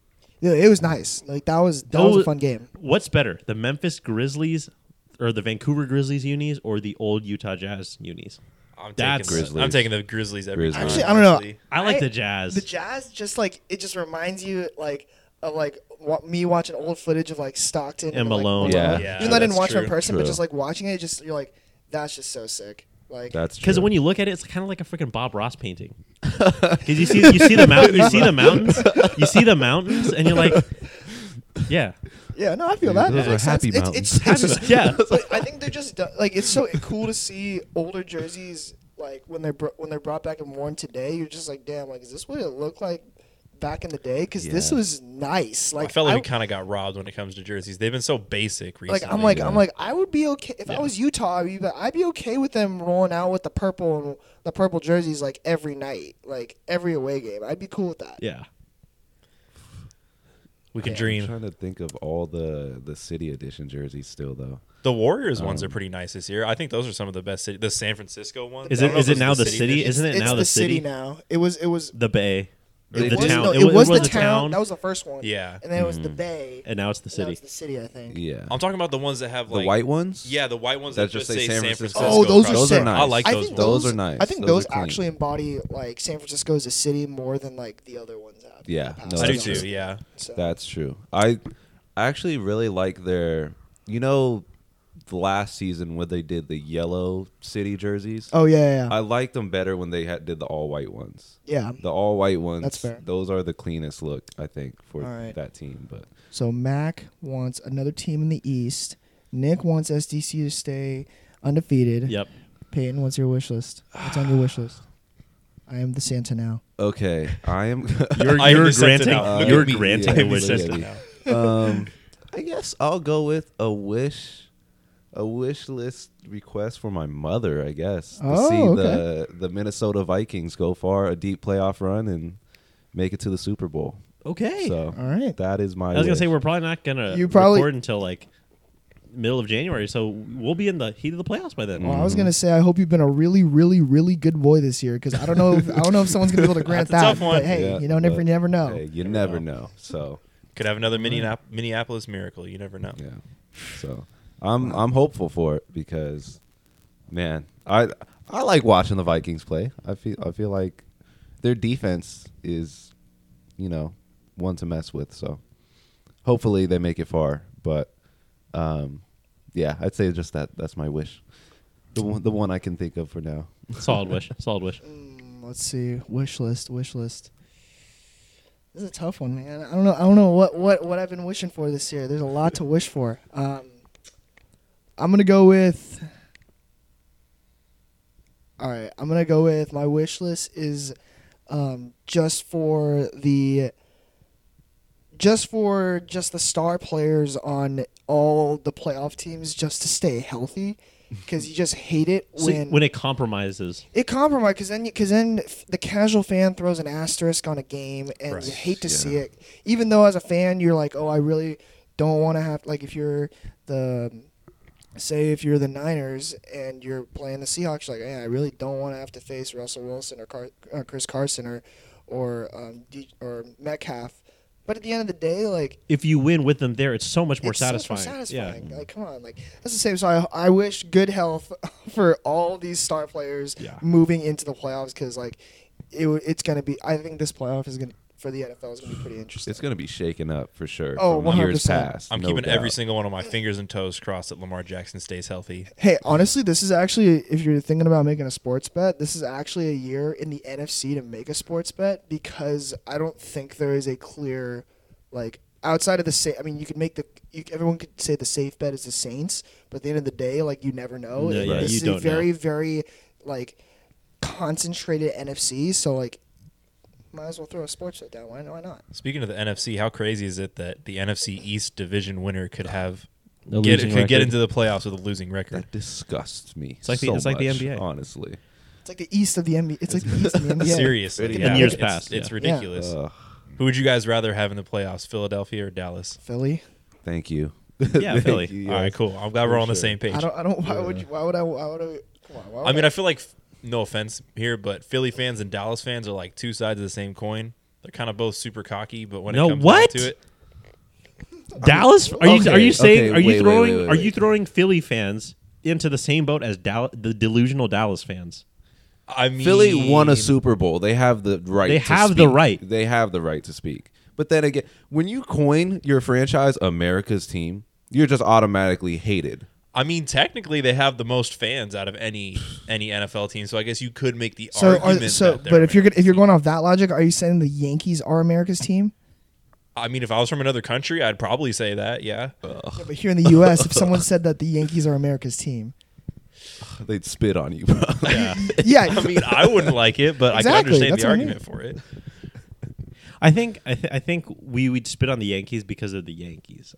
[SPEAKER 2] Yeah, it was nice. Like that was that was a
[SPEAKER 1] Those-
[SPEAKER 2] fun game.
[SPEAKER 1] What's better, the Memphis Grizzlies or the Vancouver Grizzlies unis or the old Utah Jazz unis?
[SPEAKER 3] I'm
[SPEAKER 1] That's-
[SPEAKER 3] taking, the, I'm
[SPEAKER 4] Grizzlies.
[SPEAKER 3] taking the Grizzlies every
[SPEAKER 4] Grizzlies.
[SPEAKER 3] time.
[SPEAKER 2] Actually, I don't know.
[SPEAKER 3] honestly.
[SPEAKER 1] I like
[SPEAKER 2] I-
[SPEAKER 1] the Jazz.
[SPEAKER 2] The jazz just like it just reminds you like of like wa- me watching old footage of like Stockton
[SPEAKER 1] And
[SPEAKER 2] like,
[SPEAKER 1] Malone.
[SPEAKER 4] Yeah.
[SPEAKER 2] Even
[SPEAKER 3] Yeah,
[SPEAKER 2] though I didn't
[SPEAKER 3] that's
[SPEAKER 2] watch them in
[SPEAKER 3] true.
[SPEAKER 2] person, but
[SPEAKER 4] True.
[SPEAKER 2] just like watching it, just you're like, that's just so sick. Like
[SPEAKER 4] That's true.
[SPEAKER 1] Because when you look at it, it's kind of like a freaking Bob Ross painting. Because you see, you see the mountain, you see the mountains, you see the mountains, and you're like, yeah,
[SPEAKER 2] yeah, no, I feel
[SPEAKER 4] Yeah,
[SPEAKER 2] that.
[SPEAKER 4] those
[SPEAKER 2] That
[SPEAKER 4] are
[SPEAKER 2] makes sense.
[SPEAKER 4] happy
[SPEAKER 2] It's-
[SPEAKER 4] mountains.
[SPEAKER 2] It's, it's, just,
[SPEAKER 1] yeah.
[SPEAKER 2] But I think they're just do- like it's so cool to see older jerseys like when they're br- when they're brought back and worn today. You're just like, damn, like is this what it looked like back in the day? Because this
[SPEAKER 4] Yeah.
[SPEAKER 2] was nice. Like
[SPEAKER 3] I felt like
[SPEAKER 2] I-
[SPEAKER 3] we kind of got robbed when it comes to jerseys. They've been so basic recently.
[SPEAKER 2] like I'm like I'm
[SPEAKER 4] yeah.
[SPEAKER 2] like I would be okay if
[SPEAKER 1] Yeah.
[SPEAKER 2] I was Utah. I'd be, but I'd be okay with them rolling out with the purple and the purple jerseys like every night, like every away game. I'd be cool with that.
[SPEAKER 1] yeah.
[SPEAKER 3] we can
[SPEAKER 4] I'm
[SPEAKER 3] dream.
[SPEAKER 4] trying to think of all the the city edition jerseys still though.
[SPEAKER 3] The Warriors ones are
[SPEAKER 4] Um,
[SPEAKER 3] pretty nice this year. I think those are some of the best. City, the San Francisco ones.
[SPEAKER 1] Is
[SPEAKER 3] I
[SPEAKER 1] it
[SPEAKER 3] don't know
[SPEAKER 1] is
[SPEAKER 3] if
[SPEAKER 1] it
[SPEAKER 3] those
[SPEAKER 1] now
[SPEAKER 3] are
[SPEAKER 1] the city? Isn't it
[SPEAKER 2] it's
[SPEAKER 1] now
[SPEAKER 2] the,
[SPEAKER 1] the
[SPEAKER 2] city?
[SPEAKER 1] city?
[SPEAKER 2] now. It was it was
[SPEAKER 1] The bay, or
[SPEAKER 4] It
[SPEAKER 1] the
[SPEAKER 2] was-
[SPEAKER 1] town?
[SPEAKER 2] no,
[SPEAKER 1] It was, it was the town, Mm.
[SPEAKER 2] That was the first one.
[SPEAKER 3] Yeah.
[SPEAKER 2] and then it was the Bay.
[SPEAKER 1] and now it's the
[SPEAKER 2] and now
[SPEAKER 1] city.
[SPEAKER 2] it's the city, I think.
[SPEAKER 4] Yeah.
[SPEAKER 3] I'm talking about the ones that have
[SPEAKER 4] the
[SPEAKER 3] like
[SPEAKER 4] white ones?
[SPEAKER 3] Yeah, the white ones that, just say San Francisco.
[SPEAKER 2] Oh, those are
[SPEAKER 3] across
[SPEAKER 2] sick.
[SPEAKER 3] them. I like
[SPEAKER 2] I
[SPEAKER 3] those.
[SPEAKER 2] think
[SPEAKER 3] ones.
[SPEAKER 4] Those are nice.
[SPEAKER 2] I think
[SPEAKER 4] Those
[SPEAKER 2] those,
[SPEAKER 4] are clean.
[SPEAKER 2] actually embody like San Francisco as a city more than like the other ones have. in
[SPEAKER 4] Yeah,
[SPEAKER 2] the
[SPEAKER 4] no,
[SPEAKER 2] past.
[SPEAKER 3] I do
[SPEAKER 4] those are
[SPEAKER 3] too. Yeah,
[SPEAKER 2] So-
[SPEAKER 4] That's true. I I actually really like their you know the last season when they did the yellow city jerseys.
[SPEAKER 2] Oh yeah, yeah, yeah.
[SPEAKER 4] I liked them better when they had, did the all white ones.
[SPEAKER 2] yeah.
[SPEAKER 4] The all white ones.
[SPEAKER 2] That's fair.
[SPEAKER 4] Those are the cleanest look I think for
[SPEAKER 2] All right.
[SPEAKER 4] that team. But
[SPEAKER 2] So Mac wants another team in the East. Nick wants SDC to stay undefeated.
[SPEAKER 1] Yep.
[SPEAKER 2] Peyton, what's your wish list? What's on your wish list? I am the Santa now.
[SPEAKER 4] okay, I am.
[SPEAKER 1] You're,
[SPEAKER 3] I
[SPEAKER 1] you're
[SPEAKER 3] understand
[SPEAKER 1] granting,
[SPEAKER 3] now. Look
[SPEAKER 1] you're
[SPEAKER 3] at me.
[SPEAKER 1] granting
[SPEAKER 4] Yeah,
[SPEAKER 1] a wish
[SPEAKER 4] look
[SPEAKER 1] list.
[SPEAKER 4] at me.
[SPEAKER 3] now.
[SPEAKER 4] um, I guess I'll go with a wish, a wish list request for my mother. I guess to
[SPEAKER 2] Oh,
[SPEAKER 4] see the the Minnesota Vikings go far, a deep playoff run, and make it to the Super Bowl.
[SPEAKER 1] Okay.
[SPEAKER 4] so
[SPEAKER 2] All right.
[SPEAKER 4] that is my.
[SPEAKER 1] I was gonna
[SPEAKER 4] wish.
[SPEAKER 1] say we're probably not gonna
[SPEAKER 2] You probably-
[SPEAKER 1] record until like middle of January, so we'll be in the heat of the playoffs by then.
[SPEAKER 2] Well, I was
[SPEAKER 4] Mm-hmm.
[SPEAKER 2] gonna say I hope you've been a really, really, really good boy this year because I don't know, if, I don't know if someone's gonna be able to grant
[SPEAKER 3] That's a
[SPEAKER 2] that.
[SPEAKER 3] tough one.
[SPEAKER 2] But hey,
[SPEAKER 4] Yeah,
[SPEAKER 2] you know, never,
[SPEAKER 4] but,
[SPEAKER 2] never know.
[SPEAKER 4] hey, you never know. So
[SPEAKER 3] Could have another Minneap- Minneapolis miracle. You never know.
[SPEAKER 4] yeah, so I'm I'm hopeful for it because, man, I I like watching the Vikings play. I feel I feel like their defense is, you know, one to mess with. So hopefully they make it far. But um, yeah, I'd say just that. That's my wish. The one, the one I can think of for now.
[SPEAKER 1] Solid wish. Solid wish.
[SPEAKER 2] Mm, let's see. Wish list. Wish list. This is a tough one, man. I don't know. I don't know what what what I've been wishing for this year. There's a lot to wish for. Um, I'm gonna go with. All right, I'm gonna go with my wish list is, um, just for the. Just for just the star players on all the playoff teams, just to stay healthy, because you just hate it
[SPEAKER 1] So
[SPEAKER 2] when
[SPEAKER 1] when it compromises,
[SPEAKER 2] it compromised because then because then f- the casual fan throws an asterisk on a game and
[SPEAKER 3] Right.
[SPEAKER 2] you hate to
[SPEAKER 4] Yeah.
[SPEAKER 2] see it. Even though as a fan you're like, oh, I really don't want to have like if you're the say if you're the Niners and you're playing the Seahawks, you're like, yeah, I really don't want to have to face Russell Wilson or, Car- or Chris Carson or or um, D- or Metcalf. But at the end of the day, like
[SPEAKER 1] if you win with them there, it's so much more
[SPEAKER 2] it's so much
[SPEAKER 1] satisfying.
[SPEAKER 2] satisfying. Like, come on, like that's the same. So I, I wish good health for all these star players
[SPEAKER 1] Yeah.
[SPEAKER 2] moving into the playoffs because like it, w- it's going to be. I think this playoff is going to for the NFL is going to be pretty interesting.
[SPEAKER 4] It's gonna be shaken up for sure.
[SPEAKER 2] Oh,
[SPEAKER 4] from years
[SPEAKER 2] 100%.
[SPEAKER 4] past.
[SPEAKER 3] I'm
[SPEAKER 4] no
[SPEAKER 3] keeping every
[SPEAKER 4] doubt.
[SPEAKER 3] single one of my fingers and toes crossed that Lamar Jackson stays healthy.
[SPEAKER 2] Hey, honestly, this is actually if you're thinking about making a sports bet, this is actually a year in the NFC to make a sports bet because I don't think there is a clear like outside of the safe. I mean, you could make the you, everyone could say the safe bet is the Saints, but at the end of the day, like you never know.
[SPEAKER 1] No,
[SPEAKER 2] And
[SPEAKER 1] yeah,
[SPEAKER 2] this
[SPEAKER 1] you
[SPEAKER 2] is a
[SPEAKER 1] don't know.
[SPEAKER 2] very very like concentrated NFC, so like might as well throw a sports bet down. Why why not?
[SPEAKER 3] Speaking of the NFC, how crazy is it that the NFC East division winner could have
[SPEAKER 1] A
[SPEAKER 3] get,
[SPEAKER 1] losing
[SPEAKER 3] could get
[SPEAKER 1] record.
[SPEAKER 3] into the playoffs with a losing record?
[SPEAKER 4] That disgusts me.
[SPEAKER 1] It's like the-
[SPEAKER 4] so
[SPEAKER 1] it's like the
[SPEAKER 4] much,
[SPEAKER 1] NBA.
[SPEAKER 4] Honestly,
[SPEAKER 2] It's like the East of the NBA. It's like the East of the NBA.
[SPEAKER 3] Seriously,
[SPEAKER 4] In
[SPEAKER 3] yeah.
[SPEAKER 1] years
[SPEAKER 3] it's,
[SPEAKER 1] past,
[SPEAKER 3] it's
[SPEAKER 1] yeah.
[SPEAKER 3] ridiculous.
[SPEAKER 4] Ugh,
[SPEAKER 3] Who would you guys rather have in the playoffs, Philadelphia or Dallas?
[SPEAKER 2] Philly.
[SPEAKER 4] thank you.
[SPEAKER 1] Yeah,
[SPEAKER 4] Thank
[SPEAKER 1] Philly.
[SPEAKER 4] you,
[SPEAKER 3] All right,
[SPEAKER 4] yes.
[SPEAKER 3] cool. I'm glad
[SPEAKER 4] For
[SPEAKER 3] we're on the
[SPEAKER 4] sure.
[SPEAKER 3] same page.
[SPEAKER 2] I don't. I don't. Why would you? Why would I? Why would I? Come on, why would
[SPEAKER 3] I mean, I feel like, no offense here, but Philly fans and Dallas fans are like two sides of the same coin. They're kind of both super cocky, but when
[SPEAKER 1] No,
[SPEAKER 3] it comes
[SPEAKER 1] what?
[SPEAKER 3] down to it,
[SPEAKER 1] Dallas? Are you
[SPEAKER 4] Okay,
[SPEAKER 1] are you saying
[SPEAKER 4] okay,
[SPEAKER 1] are you
[SPEAKER 4] wait, wait,
[SPEAKER 1] throwing
[SPEAKER 4] wait, wait,
[SPEAKER 1] are you
[SPEAKER 4] wait.
[SPEAKER 1] throwing Philly fans into the same boat as Dal- the delusional Dallas fans?
[SPEAKER 3] I mean,
[SPEAKER 4] Philly won a Super Bowl. They have the right.
[SPEAKER 1] They
[SPEAKER 4] to
[SPEAKER 1] have the
[SPEAKER 4] speak.
[SPEAKER 1] right.
[SPEAKER 4] They have the right to speak. But then again, when you coin your franchise America's team, you're just automatically hated.
[SPEAKER 3] I mean, technically, they have the most fans out of any any NFL team, so I guess you could make the
[SPEAKER 2] So,
[SPEAKER 3] argument.
[SPEAKER 2] are, so,
[SPEAKER 3] that they're
[SPEAKER 2] but if you're
[SPEAKER 3] American.
[SPEAKER 2] gonna- if you're going off that logic, are you saying the Yankees are America's team?
[SPEAKER 3] I mean, if I was from another country, I'd probably say that. Yeah,
[SPEAKER 2] Yeah, but here in the U.S., if someone said that the Yankees are America's team,
[SPEAKER 4] They'd spit on you. Bro.
[SPEAKER 3] yeah.
[SPEAKER 2] yeah,
[SPEAKER 3] I mean, I wouldn't like it, but I
[SPEAKER 2] Exactly,
[SPEAKER 3] can understand
[SPEAKER 2] that's
[SPEAKER 3] the
[SPEAKER 2] what I mean.
[SPEAKER 3] argument for it.
[SPEAKER 1] I think I, th- I think we would spit on the Yankees because of the Yankees.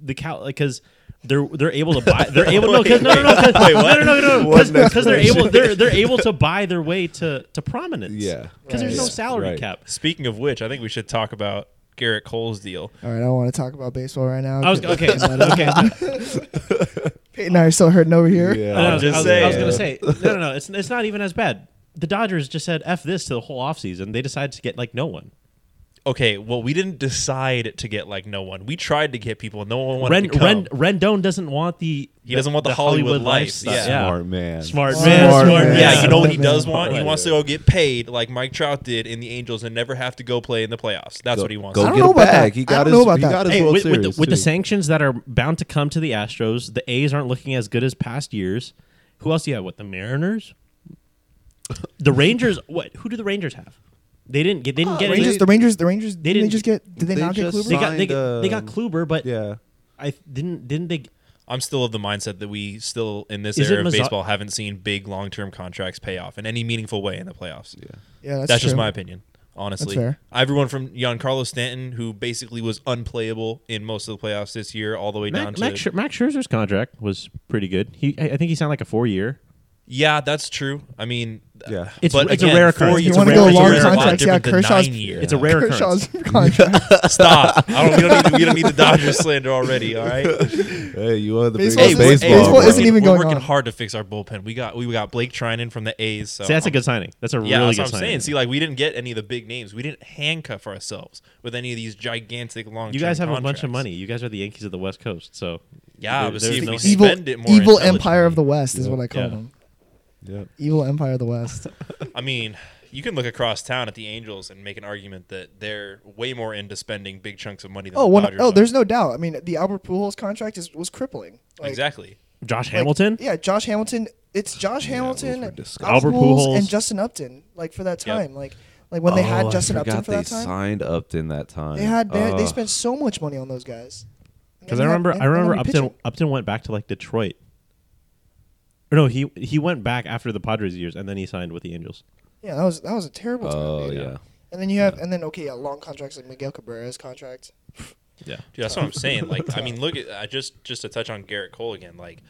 [SPEAKER 1] The cow because they're they're able to buy they're able no 'cause- no no no 'cause-
[SPEAKER 3] Wait,
[SPEAKER 1] no
[SPEAKER 3] what?
[SPEAKER 1] no no
[SPEAKER 4] What an
[SPEAKER 1] because they're able
[SPEAKER 4] explanation.
[SPEAKER 1] they're they're able to buy their way to to prominence
[SPEAKER 4] Yeah.
[SPEAKER 1] because there's no
[SPEAKER 2] Right.
[SPEAKER 1] salary
[SPEAKER 4] Right.
[SPEAKER 1] cap.
[SPEAKER 3] Speaking of which, I think we should talk about Garrett Cole's deal.
[SPEAKER 2] all right, I don't want to talk about baseball right now.
[SPEAKER 1] I was okay okay.
[SPEAKER 2] Peyton and I are still hurting over here.
[SPEAKER 4] Yeah.
[SPEAKER 1] I,
[SPEAKER 3] I'm
[SPEAKER 1] know,
[SPEAKER 3] just
[SPEAKER 1] I was, I was
[SPEAKER 3] saying.
[SPEAKER 1] gonna say no no no it's it's not even as bad. The Dodgers just said f this to the whole offseason. They decided to get like no one.
[SPEAKER 3] Okay, well, we didn't decide to get like no one. We tried to get people, no one wanted
[SPEAKER 1] Ren,
[SPEAKER 3] to come.
[SPEAKER 1] Ren, Rendon doesn't want the
[SPEAKER 3] He doesn't want the Hollywood life,
[SPEAKER 1] lifestyle.
[SPEAKER 3] yeah.
[SPEAKER 4] Smart man.
[SPEAKER 1] Smart
[SPEAKER 2] Smart
[SPEAKER 1] man, smart,
[SPEAKER 2] man.
[SPEAKER 1] man.
[SPEAKER 3] yeah, you know what
[SPEAKER 2] Smart
[SPEAKER 3] he
[SPEAKER 2] man.
[SPEAKER 3] does want? He
[SPEAKER 4] Right.
[SPEAKER 3] wants to go get paid like Mike Trout did in the Angels and never have to go play in the playoffs. That's
[SPEAKER 4] Go-
[SPEAKER 3] what he wants.
[SPEAKER 4] Go
[SPEAKER 2] I don't
[SPEAKER 4] get
[SPEAKER 2] know
[SPEAKER 4] a
[SPEAKER 2] about
[SPEAKER 4] bag.
[SPEAKER 2] that.
[SPEAKER 4] He
[SPEAKER 2] I
[SPEAKER 4] got
[SPEAKER 2] don't
[SPEAKER 4] his.
[SPEAKER 2] know about
[SPEAKER 4] he
[SPEAKER 2] that.
[SPEAKER 4] got his
[SPEAKER 1] Hey,
[SPEAKER 4] World
[SPEAKER 1] with, with, the,
[SPEAKER 4] Series,
[SPEAKER 1] with the
[SPEAKER 4] too.
[SPEAKER 1] sanctions that are bound to come to the Astros, the A's aren't looking as good as past years. Who else do you have? What the Mariners? The Rangers? What? Who do the Rangers have? They didn't get. They didn't
[SPEAKER 4] Uh,
[SPEAKER 1] get. any-
[SPEAKER 2] Rangers, the Rangers, the Rangers. They
[SPEAKER 1] didn't-
[SPEAKER 2] didn't. They just get. Did they,
[SPEAKER 4] they
[SPEAKER 2] not get
[SPEAKER 4] just
[SPEAKER 2] Kluber?
[SPEAKER 1] they got. They,
[SPEAKER 4] signed,
[SPEAKER 1] got- they got
[SPEAKER 4] um,
[SPEAKER 1] Kluber, but
[SPEAKER 4] Yeah.
[SPEAKER 1] I th- didn't. Didn't they?
[SPEAKER 3] I'm still of the mindset that we still in this
[SPEAKER 1] Is it
[SPEAKER 3] era of
[SPEAKER 1] Mazza-
[SPEAKER 3] baseball haven't seen big long term contracts pay off in any meaningful way in the playoffs.
[SPEAKER 4] Yeah.
[SPEAKER 2] yeah, that's,
[SPEAKER 3] That's, just
[SPEAKER 2] true.
[SPEAKER 3] my opinion. Honestly,
[SPEAKER 2] That's fair.
[SPEAKER 3] everyone from Giancarlo Stanton, who basically was unplayable in most of the playoffs this year, all the way down
[SPEAKER 1] Max,
[SPEAKER 3] to
[SPEAKER 1] Max, Scher- Max Scherzer's contract was pretty good. He, I I think he signed like a four-year.
[SPEAKER 3] yeah, that's true. I mean, th-
[SPEAKER 4] Yeah.
[SPEAKER 1] It's-
[SPEAKER 3] but
[SPEAKER 1] it's a
[SPEAKER 3] again,
[SPEAKER 1] rare
[SPEAKER 3] four
[SPEAKER 1] occurrence.
[SPEAKER 3] years-
[SPEAKER 1] You wanna
[SPEAKER 3] it's
[SPEAKER 1] go
[SPEAKER 3] a
[SPEAKER 1] long
[SPEAKER 3] rare lot
[SPEAKER 2] contracts, yeah,
[SPEAKER 3] different than
[SPEAKER 2] Kershaw's-
[SPEAKER 3] nine years.
[SPEAKER 1] It's a rare occurrence.
[SPEAKER 2] Kershaw's contract.
[SPEAKER 3] Stop! I don't, we, don't need, we don't need the Dodgers slander already. All right.
[SPEAKER 4] Hey, you are the
[SPEAKER 2] Baseball
[SPEAKER 4] biggest
[SPEAKER 2] isn't-
[SPEAKER 4] baseball.
[SPEAKER 2] baseball
[SPEAKER 4] bro.
[SPEAKER 2] isn't even-
[SPEAKER 3] we're
[SPEAKER 2] going
[SPEAKER 3] working
[SPEAKER 2] on.
[SPEAKER 3] hard to fix our bullpen. We got we got Blake Trinan from the A's. So
[SPEAKER 1] See, that's a
[SPEAKER 3] I'm-
[SPEAKER 1] good signing. That's a
[SPEAKER 3] Yeah,
[SPEAKER 1] really
[SPEAKER 3] that's
[SPEAKER 1] good
[SPEAKER 3] what I'm
[SPEAKER 1] signing.
[SPEAKER 3] saying. See, like we didn't get any of the big names. We didn't handcuff ourselves with any of these gigantic long.
[SPEAKER 1] you guys have a bunch of money. You guys are the Yankees of the West Coast, so
[SPEAKER 3] Yeah, but see
[SPEAKER 1] there's
[SPEAKER 3] if
[SPEAKER 1] no
[SPEAKER 3] we
[SPEAKER 1] hand-
[SPEAKER 2] evil,
[SPEAKER 3] spend it more
[SPEAKER 2] evil
[SPEAKER 3] intelligently.
[SPEAKER 2] empire of the West is what I call
[SPEAKER 3] Yeah.
[SPEAKER 2] them.
[SPEAKER 4] Yep.
[SPEAKER 2] Evil empire of the West.
[SPEAKER 3] I mean, you can look across town at the Angels and make an argument that they're way more into spending big chunks of money than
[SPEAKER 2] Oh,
[SPEAKER 3] the
[SPEAKER 2] one,
[SPEAKER 3] Dodgers
[SPEAKER 2] oh,
[SPEAKER 3] are.
[SPEAKER 2] there's no doubt. I mean, the Albert Pujols contract is was crippling. Like,
[SPEAKER 3] exactly.
[SPEAKER 1] Josh
[SPEAKER 2] Like,
[SPEAKER 1] Hamilton.
[SPEAKER 2] Yeah, Josh Hamilton. It's Josh Hamilton,
[SPEAKER 4] were disgusting.
[SPEAKER 2] Albert
[SPEAKER 1] Albert
[SPEAKER 2] Pujols, and
[SPEAKER 1] Pujols.
[SPEAKER 2] Justin Upton. Like for that time, like like when they
[SPEAKER 4] Oh,
[SPEAKER 2] had
[SPEAKER 4] I
[SPEAKER 2] Justin Upton
[SPEAKER 4] forgot
[SPEAKER 2] for that
[SPEAKER 4] they
[SPEAKER 2] time,
[SPEAKER 4] signed Uh, Upton that time.
[SPEAKER 2] they had they, had- they
[SPEAKER 4] Ugh.
[SPEAKER 2] spent so much money on those guys. And
[SPEAKER 1] Because
[SPEAKER 2] they
[SPEAKER 1] I
[SPEAKER 2] had-
[SPEAKER 1] remember,
[SPEAKER 2] and
[SPEAKER 1] I
[SPEAKER 2] they had
[SPEAKER 1] remember
[SPEAKER 2] new
[SPEAKER 1] Upton.
[SPEAKER 2] pitching.
[SPEAKER 1] Upton went back to like Detroit. Or no, he he went back after the Padres years, and then he signed with the Angels.
[SPEAKER 2] Yeah, that was that was a terrible time.
[SPEAKER 4] Oh
[SPEAKER 2] dude.
[SPEAKER 4] yeah.
[SPEAKER 2] And then you have and then okay, yeah, long contracts like Miguel Cabrera's contract.
[SPEAKER 1] Yeah,
[SPEAKER 3] Dude, that's what I'm saying. Like, I mean, look at I just just to touch on Garrett Cole again. Like,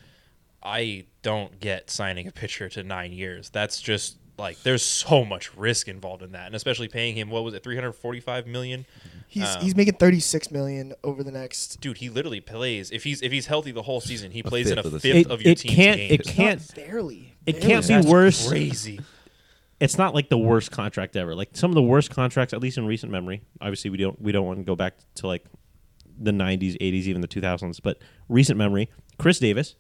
[SPEAKER 3] I don't get signing a pitcher to nine years. That's just like there's so much risk involved in that, and especially paying him what was it, 345 million?
[SPEAKER 2] He's
[SPEAKER 3] Um,
[SPEAKER 2] he's making thirty six million over the next.
[SPEAKER 3] Dude, he literally plays if he's if he's healthy the whole season. He plays in
[SPEAKER 4] fifth
[SPEAKER 3] a
[SPEAKER 4] of the
[SPEAKER 3] fifth
[SPEAKER 1] it,
[SPEAKER 3] of your
[SPEAKER 1] it
[SPEAKER 3] team's
[SPEAKER 1] can't it
[SPEAKER 3] games.
[SPEAKER 1] can't
[SPEAKER 2] Not barely.
[SPEAKER 1] it
[SPEAKER 2] barely.
[SPEAKER 1] can't be worse.
[SPEAKER 3] Crazy.
[SPEAKER 1] It's not like the worst contract ever. Like some of the worst contracts, at least in recent memory. Obviously, we don't we don't want to go back to like the '90s, '80s, even the 2000s. But recent memory, Chris Davis,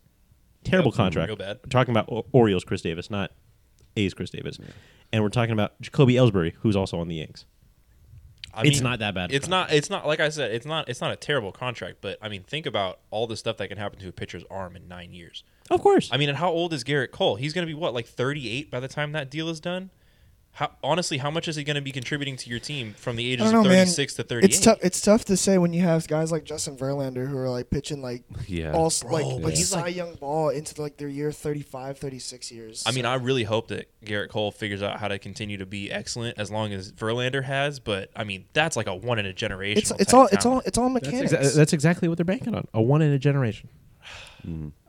[SPEAKER 1] terrible
[SPEAKER 3] Yep,
[SPEAKER 1] contract.
[SPEAKER 3] real bad.
[SPEAKER 1] We're talking about o- Orioles, Chris Davis, not A's Chris Davis, and we're talking about Jacoby Ellsbury, who's also on the Yanks.
[SPEAKER 3] I
[SPEAKER 1] It's
[SPEAKER 3] mean,
[SPEAKER 1] not that bad of a
[SPEAKER 3] It's not. It's not like I said. It's not. It's not a terrible contract. But I mean, think about all the stuff that can happen to a pitcher's arm in nine years.
[SPEAKER 1] Of course,
[SPEAKER 3] I mean, and how old is Garrett Cole? He's going to be what, like 38 by the time that deal is done. How honestly, how much is he going to be contributing to your team from the
[SPEAKER 2] I
[SPEAKER 3] ages
[SPEAKER 2] don't know,
[SPEAKER 3] of
[SPEAKER 2] man.
[SPEAKER 3] 36 to 38?
[SPEAKER 2] It's tough. It's tough to say when you have guys like Justin Verlander who are like pitching like
[SPEAKER 4] Yeah.
[SPEAKER 2] all s-
[SPEAKER 3] Bro,
[SPEAKER 2] like
[SPEAKER 3] but
[SPEAKER 2] like
[SPEAKER 3] he's,
[SPEAKER 2] Cy
[SPEAKER 3] like-
[SPEAKER 2] Young ball into like their year 35, 36 years.
[SPEAKER 3] I mean, I really hope that Garrett Cole figures out how to continue to be excellent as long as Verlander has. But I mean, that's like a one in a generation.
[SPEAKER 2] it's it's all it's all it's all
[SPEAKER 1] that's,
[SPEAKER 2] mechanics.
[SPEAKER 1] exa- that's exactly what they're banking on—a one in a generation.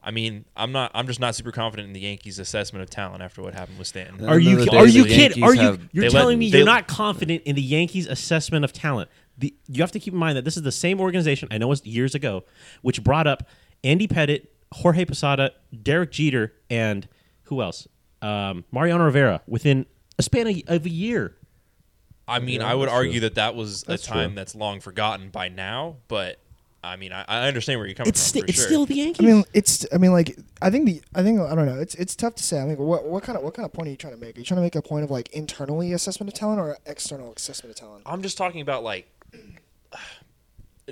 [SPEAKER 3] I mean, I'm not. I'm just not super confident in the Yankees' assessment of talent after what happened with Stanton.
[SPEAKER 1] Are
[SPEAKER 4] At the end
[SPEAKER 1] you
[SPEAKER 4] of the
[SPEAKER 1] are
[SPEAKER 4] day,
[SPEAKER 1] you
[SPEAKER 4] the
[SPEAKER 1] kidding?
[SPEAKER 4] Yankees
[SPEAKER 1] Are you
[SPEAKER 4] have-
[SPEAKER 1] you're
[SPEAKER 3] they
[SPEAKER 1] telling
[SPEAKER 3] let-
[SPEAKER 1] me
[SPEAKER 3] they-
[SPEAKER 1] you're not confident in the Yankees' assessment of talent? The, you have to keep in mind that this is the same organization I know it's years ago, which brought up Andy Pettit, Jorge Posada, Derek Jeter, and who else? Um, Mariano Rivera within a span of, of a year.
[SPEAKER 3] I mean,
[SPEAKER 4] Yeah,
[SPEAKER 3] I would
[SPEAKER 4] that's
[SPEAKER 3] argue
[SPEAKER 4] true.
[SPEAKER 3] that that was
[SPEAKER 4] That's
[SPEAKER 3] a time
[SPEAKER 4] true.
[SPEAKER 3] that's long forgotten by now. But I mean, I, I understand where you're coming
[SPEAKER 1] It's
[SPEAKER 3] from.
[SPEAKER 1] sti-
[SPEAKER 3] Oh, for
[SPEAKER 1] it's
[SPEAKER 3] sure.
[SPEAKER 1] still the Yankees.
[SPEAKER 2] I mean, it's. I mean, like, I think the. I think I don't know. It's. It's tough to say. I mean, what. What kind of. What kind of point are you trying to make? Are you trying to make a point of like internally assessment of talent or external assessment of talent?
[SPEAKER 3] I'm just talking about like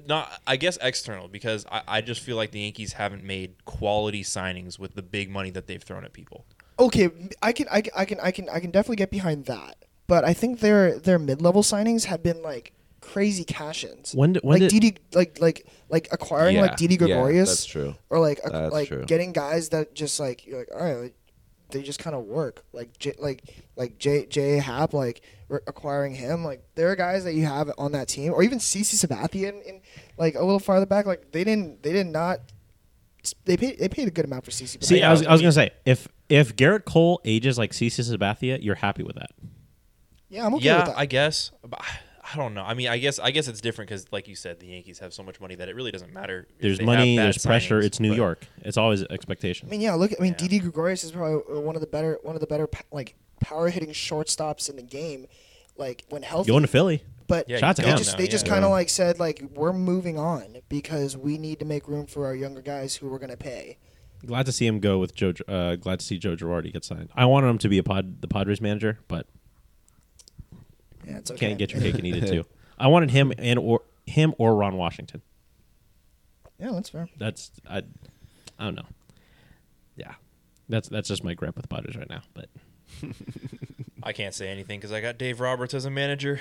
[SPEAKER 3] not I guess external because I, I just feel like the Yankees haven't made quality signings with the big money that they've thrown at people.
[SPEAKER 2] Okay, I can. I can. I can. I can. I can definitely get behind that. But I think their their mid level signings have been like crazy cash ins.
[SPEAKER 1] When did- when
[SPEAKER 2] like
[SPEAKER 1] did-
[SPEAKER 2] Didi like like like acquiring like
[SPEAKER 4] Yeah,
[SPEAKER 2] Didi
[SPEAKER 4] yeah,
[SPEAKER 2] Gregorius.
[SPEAKER 4] that's true.
[SPEAKER 2] Or like ac-
[SPEAKER 4] That's
[SPEAKER 2] like
[SPEAKER 4] true.
[SPEAKER 2] getting guys that just like you're like all right. Like, they just kind of work like J, like like J J Happ like re- acquiring him like there are guys that you have on that team or even CC Sabathia in, in like a little farther back like they didn't they did not they paid they paid a good amount for CC
[SPEAKER 1] See,
[SPEAKER 3] Yeah,
[SPEAKER 1] I was, I was
[SPEAKER 3] I
[SPEAKER 1] gonna say if if Garrett Cole ages like CC Sabathia, you're happy with that.
[SPEAKER 2] yeah I'm okay with
[SPEAKER 3] yeah,
[SPEAKER 2] that
[SPEAKER 3] I guess. But I- I don't know. I mean, I guess I guess it's different because, like you said, the Yankees have so much money that it really doesn't matter. if
[SPEAKER 1] There's
[SPEAKER 3] they
[SPEAKER 1] money,
[SPEAKER 3] have bad
[SPEAKER 1] there's pressure.
[SPEAKER 3] signings,
[SPEAKER 1] It's New
[SPEAKER 3] but-
[SPEAKER 1] York. It's always expectation.
[SPEAKER 2] I mean, yeah. Look, I mean,
[SPEAKER 3] Yeah.
[SPEAKER 2] Didi Gregorius is probably uh, one of the better, one of the better pa- like power hitting shortstops in the game, like when healthy.
[SPEAKER 1] Going to Philly.
[SPEAKER 2] but
[SPEAKER 3] Yeah,
[SPEAKER 1] Shout out
[SPEAKER 2] they
[SPEAKER 1] to him.
[SPEAKER 2] just they
[SPEAKER 3] Yeah.
[SPEAKER 2] just kind of like said like we're moving on because we need to make room for our younger guys who we're gonna pay.
[SPEAKER 1] Glad to see him go with Joe. Uh, glad to see Joe Girardi get signed. I wanted him to be a pod, the Padres manager, but
[SPEAKER 2] Yeah, it's okay.
[SPEAKER 1] can't get your cake and eat it too. I wanted him and or him or Ron Washington.
[SPEAKER 2] Yeah, that's fair.
[SPEAKER 1] That's I. I don't know. Yeah, that's that's just my gripe with Padres right now. But
[SPEAKER 3] I can't say anything because I got Dave Roberts as a manager.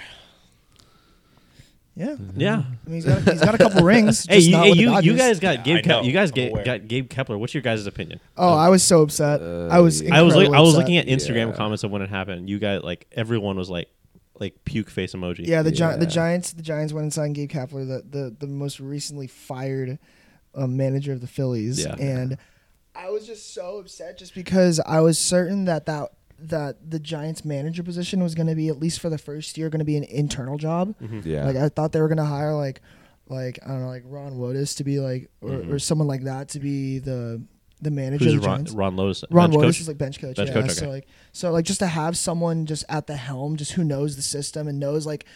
[SPEAKER 2] Yeah,
[SPEAKER 1] Mm-hmm. yeah.
[SPEAKER 2] I mean, he's got he's got a couple rings.
[SPEAKER 1] Hey,
[SPEAKER 2] Mm-hmm. just
[SPEAKER 1] you,
[SPEAKER 2] not
[SPEAKER 1] hey,
[SPEAKER 2] with the
[SPEAKER 1] you, you
[SPEAKER 2] Dodgers.
[SPEAKER 1] guys got
[SPEAKER 3] Yeah, I
[SPEAKER 1] Gabe. Kep-
[SPEAKER 3] know.
[SPEAKER 1] you guys
[SPEAKER 3] I'm
[SPEAKER 1] ga-
[SPEAKER 3] aware.
[SPEAKER 1] got Gabe Kepler. What's your guys' opinion?
[SPEAKER 2] Oh, I was so upset. I was.
[SPEAKER 4] Uh,
[SPEAKER 1] I was look,
[SPEAKER 2] incredibly
[SPEAKER 1] I was
[SPEAKER 2] upset.
[SPEAKER 1] looking at Instagram
[SPEAKER 4] Yeah.
[SPEAKER 1] comments of when it happened. You guys like everyone was like like puke face emoji.
[SPEAKER 2] Yeah, the Gi-
[SPEAKER 4] Yeah.
[SPEAKER 2] the Giants the Giants went and signed Gabe Kapler, the the, the most recently fired uh, manager of the Phillies,
[SPEAKER 1] Yeah.
[SPEAKER 2] and I was just so upset just because I was certain that that that the Giants manager position was going to be at least for the first year going to be an internal job.
[SPEAKER 1] Mm-hmm.
[SPEAKER 4] Yeah.
[SPEAKER 2] Like I thought they were going to hire like like I don't know like Ron Wotus to be like or, or someone like that to be the the
[SPEAKER 1] Mm-hmm.
[SPEAKER 2] manager
[SPEAKER 1] Who's
[SPEAKER 2] of the
[SPEAKER 1] Ron?
[SPEAKER 2] Giants.
[SPEAKER 1] Ron Lotus.
[SPEAKER 2] Ron
[SPEAKER 1] bench
[SPEAKER 2] Wotus
[SPEAKER 1] coach?
[SPEAKER 2] is like bench coach.
[SPEAKER 1] Bench
[SPEAKER 2] yeah.
[SPEAKER 1] coach,
[SPEAKER 2] So
[SPEAKER 1] okay.
[SPEAKER 2] like so like just to have someone just at the helm, just who knows the system and knows like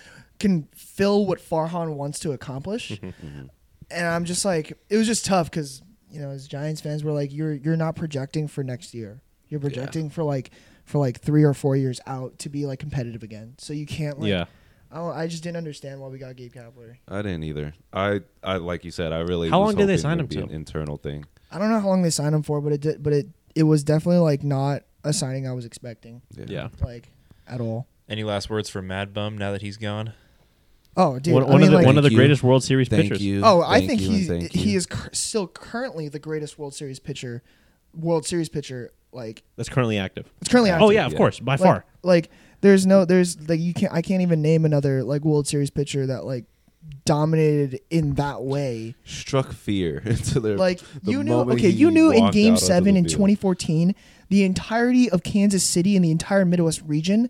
[SPEAKER 2] can fill what Farhan wants to accomplish.
[SPEAKER 1] Mm-hmm.
[SPEAKER 2] And I'm just like it was just tough because you know as Giants fans we're like you're you're not projecting for next year. You're projecting for like for like three or four years out to be like competitive again. So you can't like
[SPEAKER 1] yeah.
[SPEAKER 2] I, don't, I just didn't understand why we got Gabe Kapler.
[SPEAKER 4] I didn't either. I, I like you said, I really.
[SPEAKER 1] How
[SPEAKER 4] was
[SPEAKER 1] long did they
[SPEAKER 4] hoping
[SPEAKER 1] sign
[SPEAKER 4] it
[SPEAKER 1] him
[SPEAKER 4] would be
[SPEAKER 1] to?
[SPEAKER 4] An internal thing.
[SPEAKER 2] I don't know how long they signed him for, but it did, but it it was definitely like not a signing I was expecting
[SPEAKER 1] Yeah.
[SPEAKER 2] like at all.
[SPEAKER 3] Any last words for Mad Bum now that he's gone?
[SPEAKER 2] Oh, dude!
[SPEAKER 1] one
[SPEAKER 2] I
[SPEAKER 1] one
[SPEAKER 2] mean,
[SPEAKER 1] of the
[SPEAKER 2] like,
[SPEAKER 1] one of the
[SPEAKER 4] Thank you.
[SPEAKER 1] greatest World Series
[SPEAKER 4] Thank
[SPEAKER 1] pitchers.
[SPEAKER 4] you.
[SPEAKER 2] Oh, I
[SPEAKER 4] Thank
[SPEAKER 2] think
[SPEAKER 4] you and
[SPEAKER 2] he's
[SPEAKER 4] thank
[SPEAKER 2] he
[SPEAKER 4] you.
[SPEAKER 2] is cur- still currently the greatest World Series pitcher, World Series pitcher. Like
[SPEAKER 1] That's currently active.
[SPEAKER 2] it's currently
[SPEAKER 1] Oh
[SPEAKER 2] active.
[SPEAKER 1] yeah, of
[SPEAKER 4] Yeah.
[SPEAKER 1] course, by
[SPEAKER 2] like,
[SPEAKER 1] far.
[SPEAKER 2] Like there's no there's like you can't I can't even name another like World Series pitcher that like dominated in that way.
[SPEAKER 4] struck fear into their
[SPEAKER 2] Like
[SPEAKER 4] the
[SPEAKER 2] you knew
[SPEAKER 4] moment
[SPEAKER 2] okay
[SPEAKER 4] he
[SPEAKER 2] you knew in
[SPEAKER 4] walked
[SPEAKER 2] Game
[SPEAKER 4] out onto
[SPEAKER 2] Seven
[SPEAKER 4] the
[SPEAKER 2] in
[SPEAKER 4] field.
[SPEAKER 2] 2014 the entirety of Kansas City and the entire Midwest region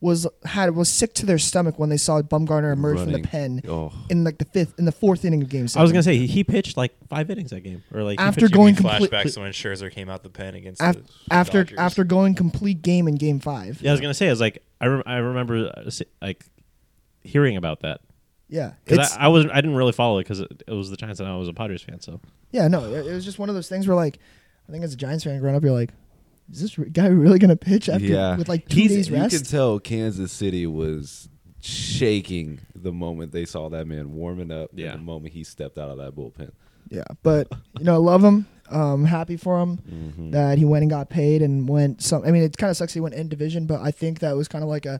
[SPEAKER 2] was had was sick to their stomach when they saw Bumgarner emerge from
[SPEAKER 4] Running.
[SPEAKER 2] the pen
[SPEAKER 4] Oh.
[SPEAKER 2] in like the fifth in the fourth inning of Game Seven.
[SPEAKER 1] I was gonna say he- he pitched like five innings that game, or like he
[SPEAKER 2] um, After
[SPEAKER 1] pitched-
[SPEAKER 2] going
[SPEAKER 3] Give me
[SPEAKER 2] complete-
[SPEAKER 3] flashbacks to when Scherzer came out the pen against
[SPEAKER 2] Af-
[SPEAKER 3] the
[SPEAKER 2] after
[SPEAKER 3] Dodgers.
[SPEAKER 2] after going complete game in game five.
[SPEAKER 1] Yeah, I was gonna say I was like I rem- I remember uh, se- like hearing about that
[SPEAKER 2] Yeah,
[SPEAKER 1] because
[SPEAKER 2] it's
[SPEAKER 1] I, I was I didn't really follow it because it, it was the Giants and I was a Padres fan, so
[SPEAKER 2] yeah no, it, it was just one of those things where like I think as a Giants fan growing up, you're like, is this re- guy really gonna pitch after
[SPEAKER 4] yeah,
[SPEAKER 2] with like two
[SPEAKER 4] He's-
[SPEAKER 2] days rest?
[SPEAKER 4] You can tell Kansas City was shaking the moment they saw that man warming up. and
[SPEAKER 1] Yeah.
[SPEAKER 4] the moment he stepped out of that bullpen.
[SPEAKER 2] Yeah, but you know, I love him. Um, happy for him
[SPEAKER 4] Mm-hmm.
[SPEAKER 2] that he went and got paid and went some. I mean, it kind of sucks he went in division, but I think that was kind of like a,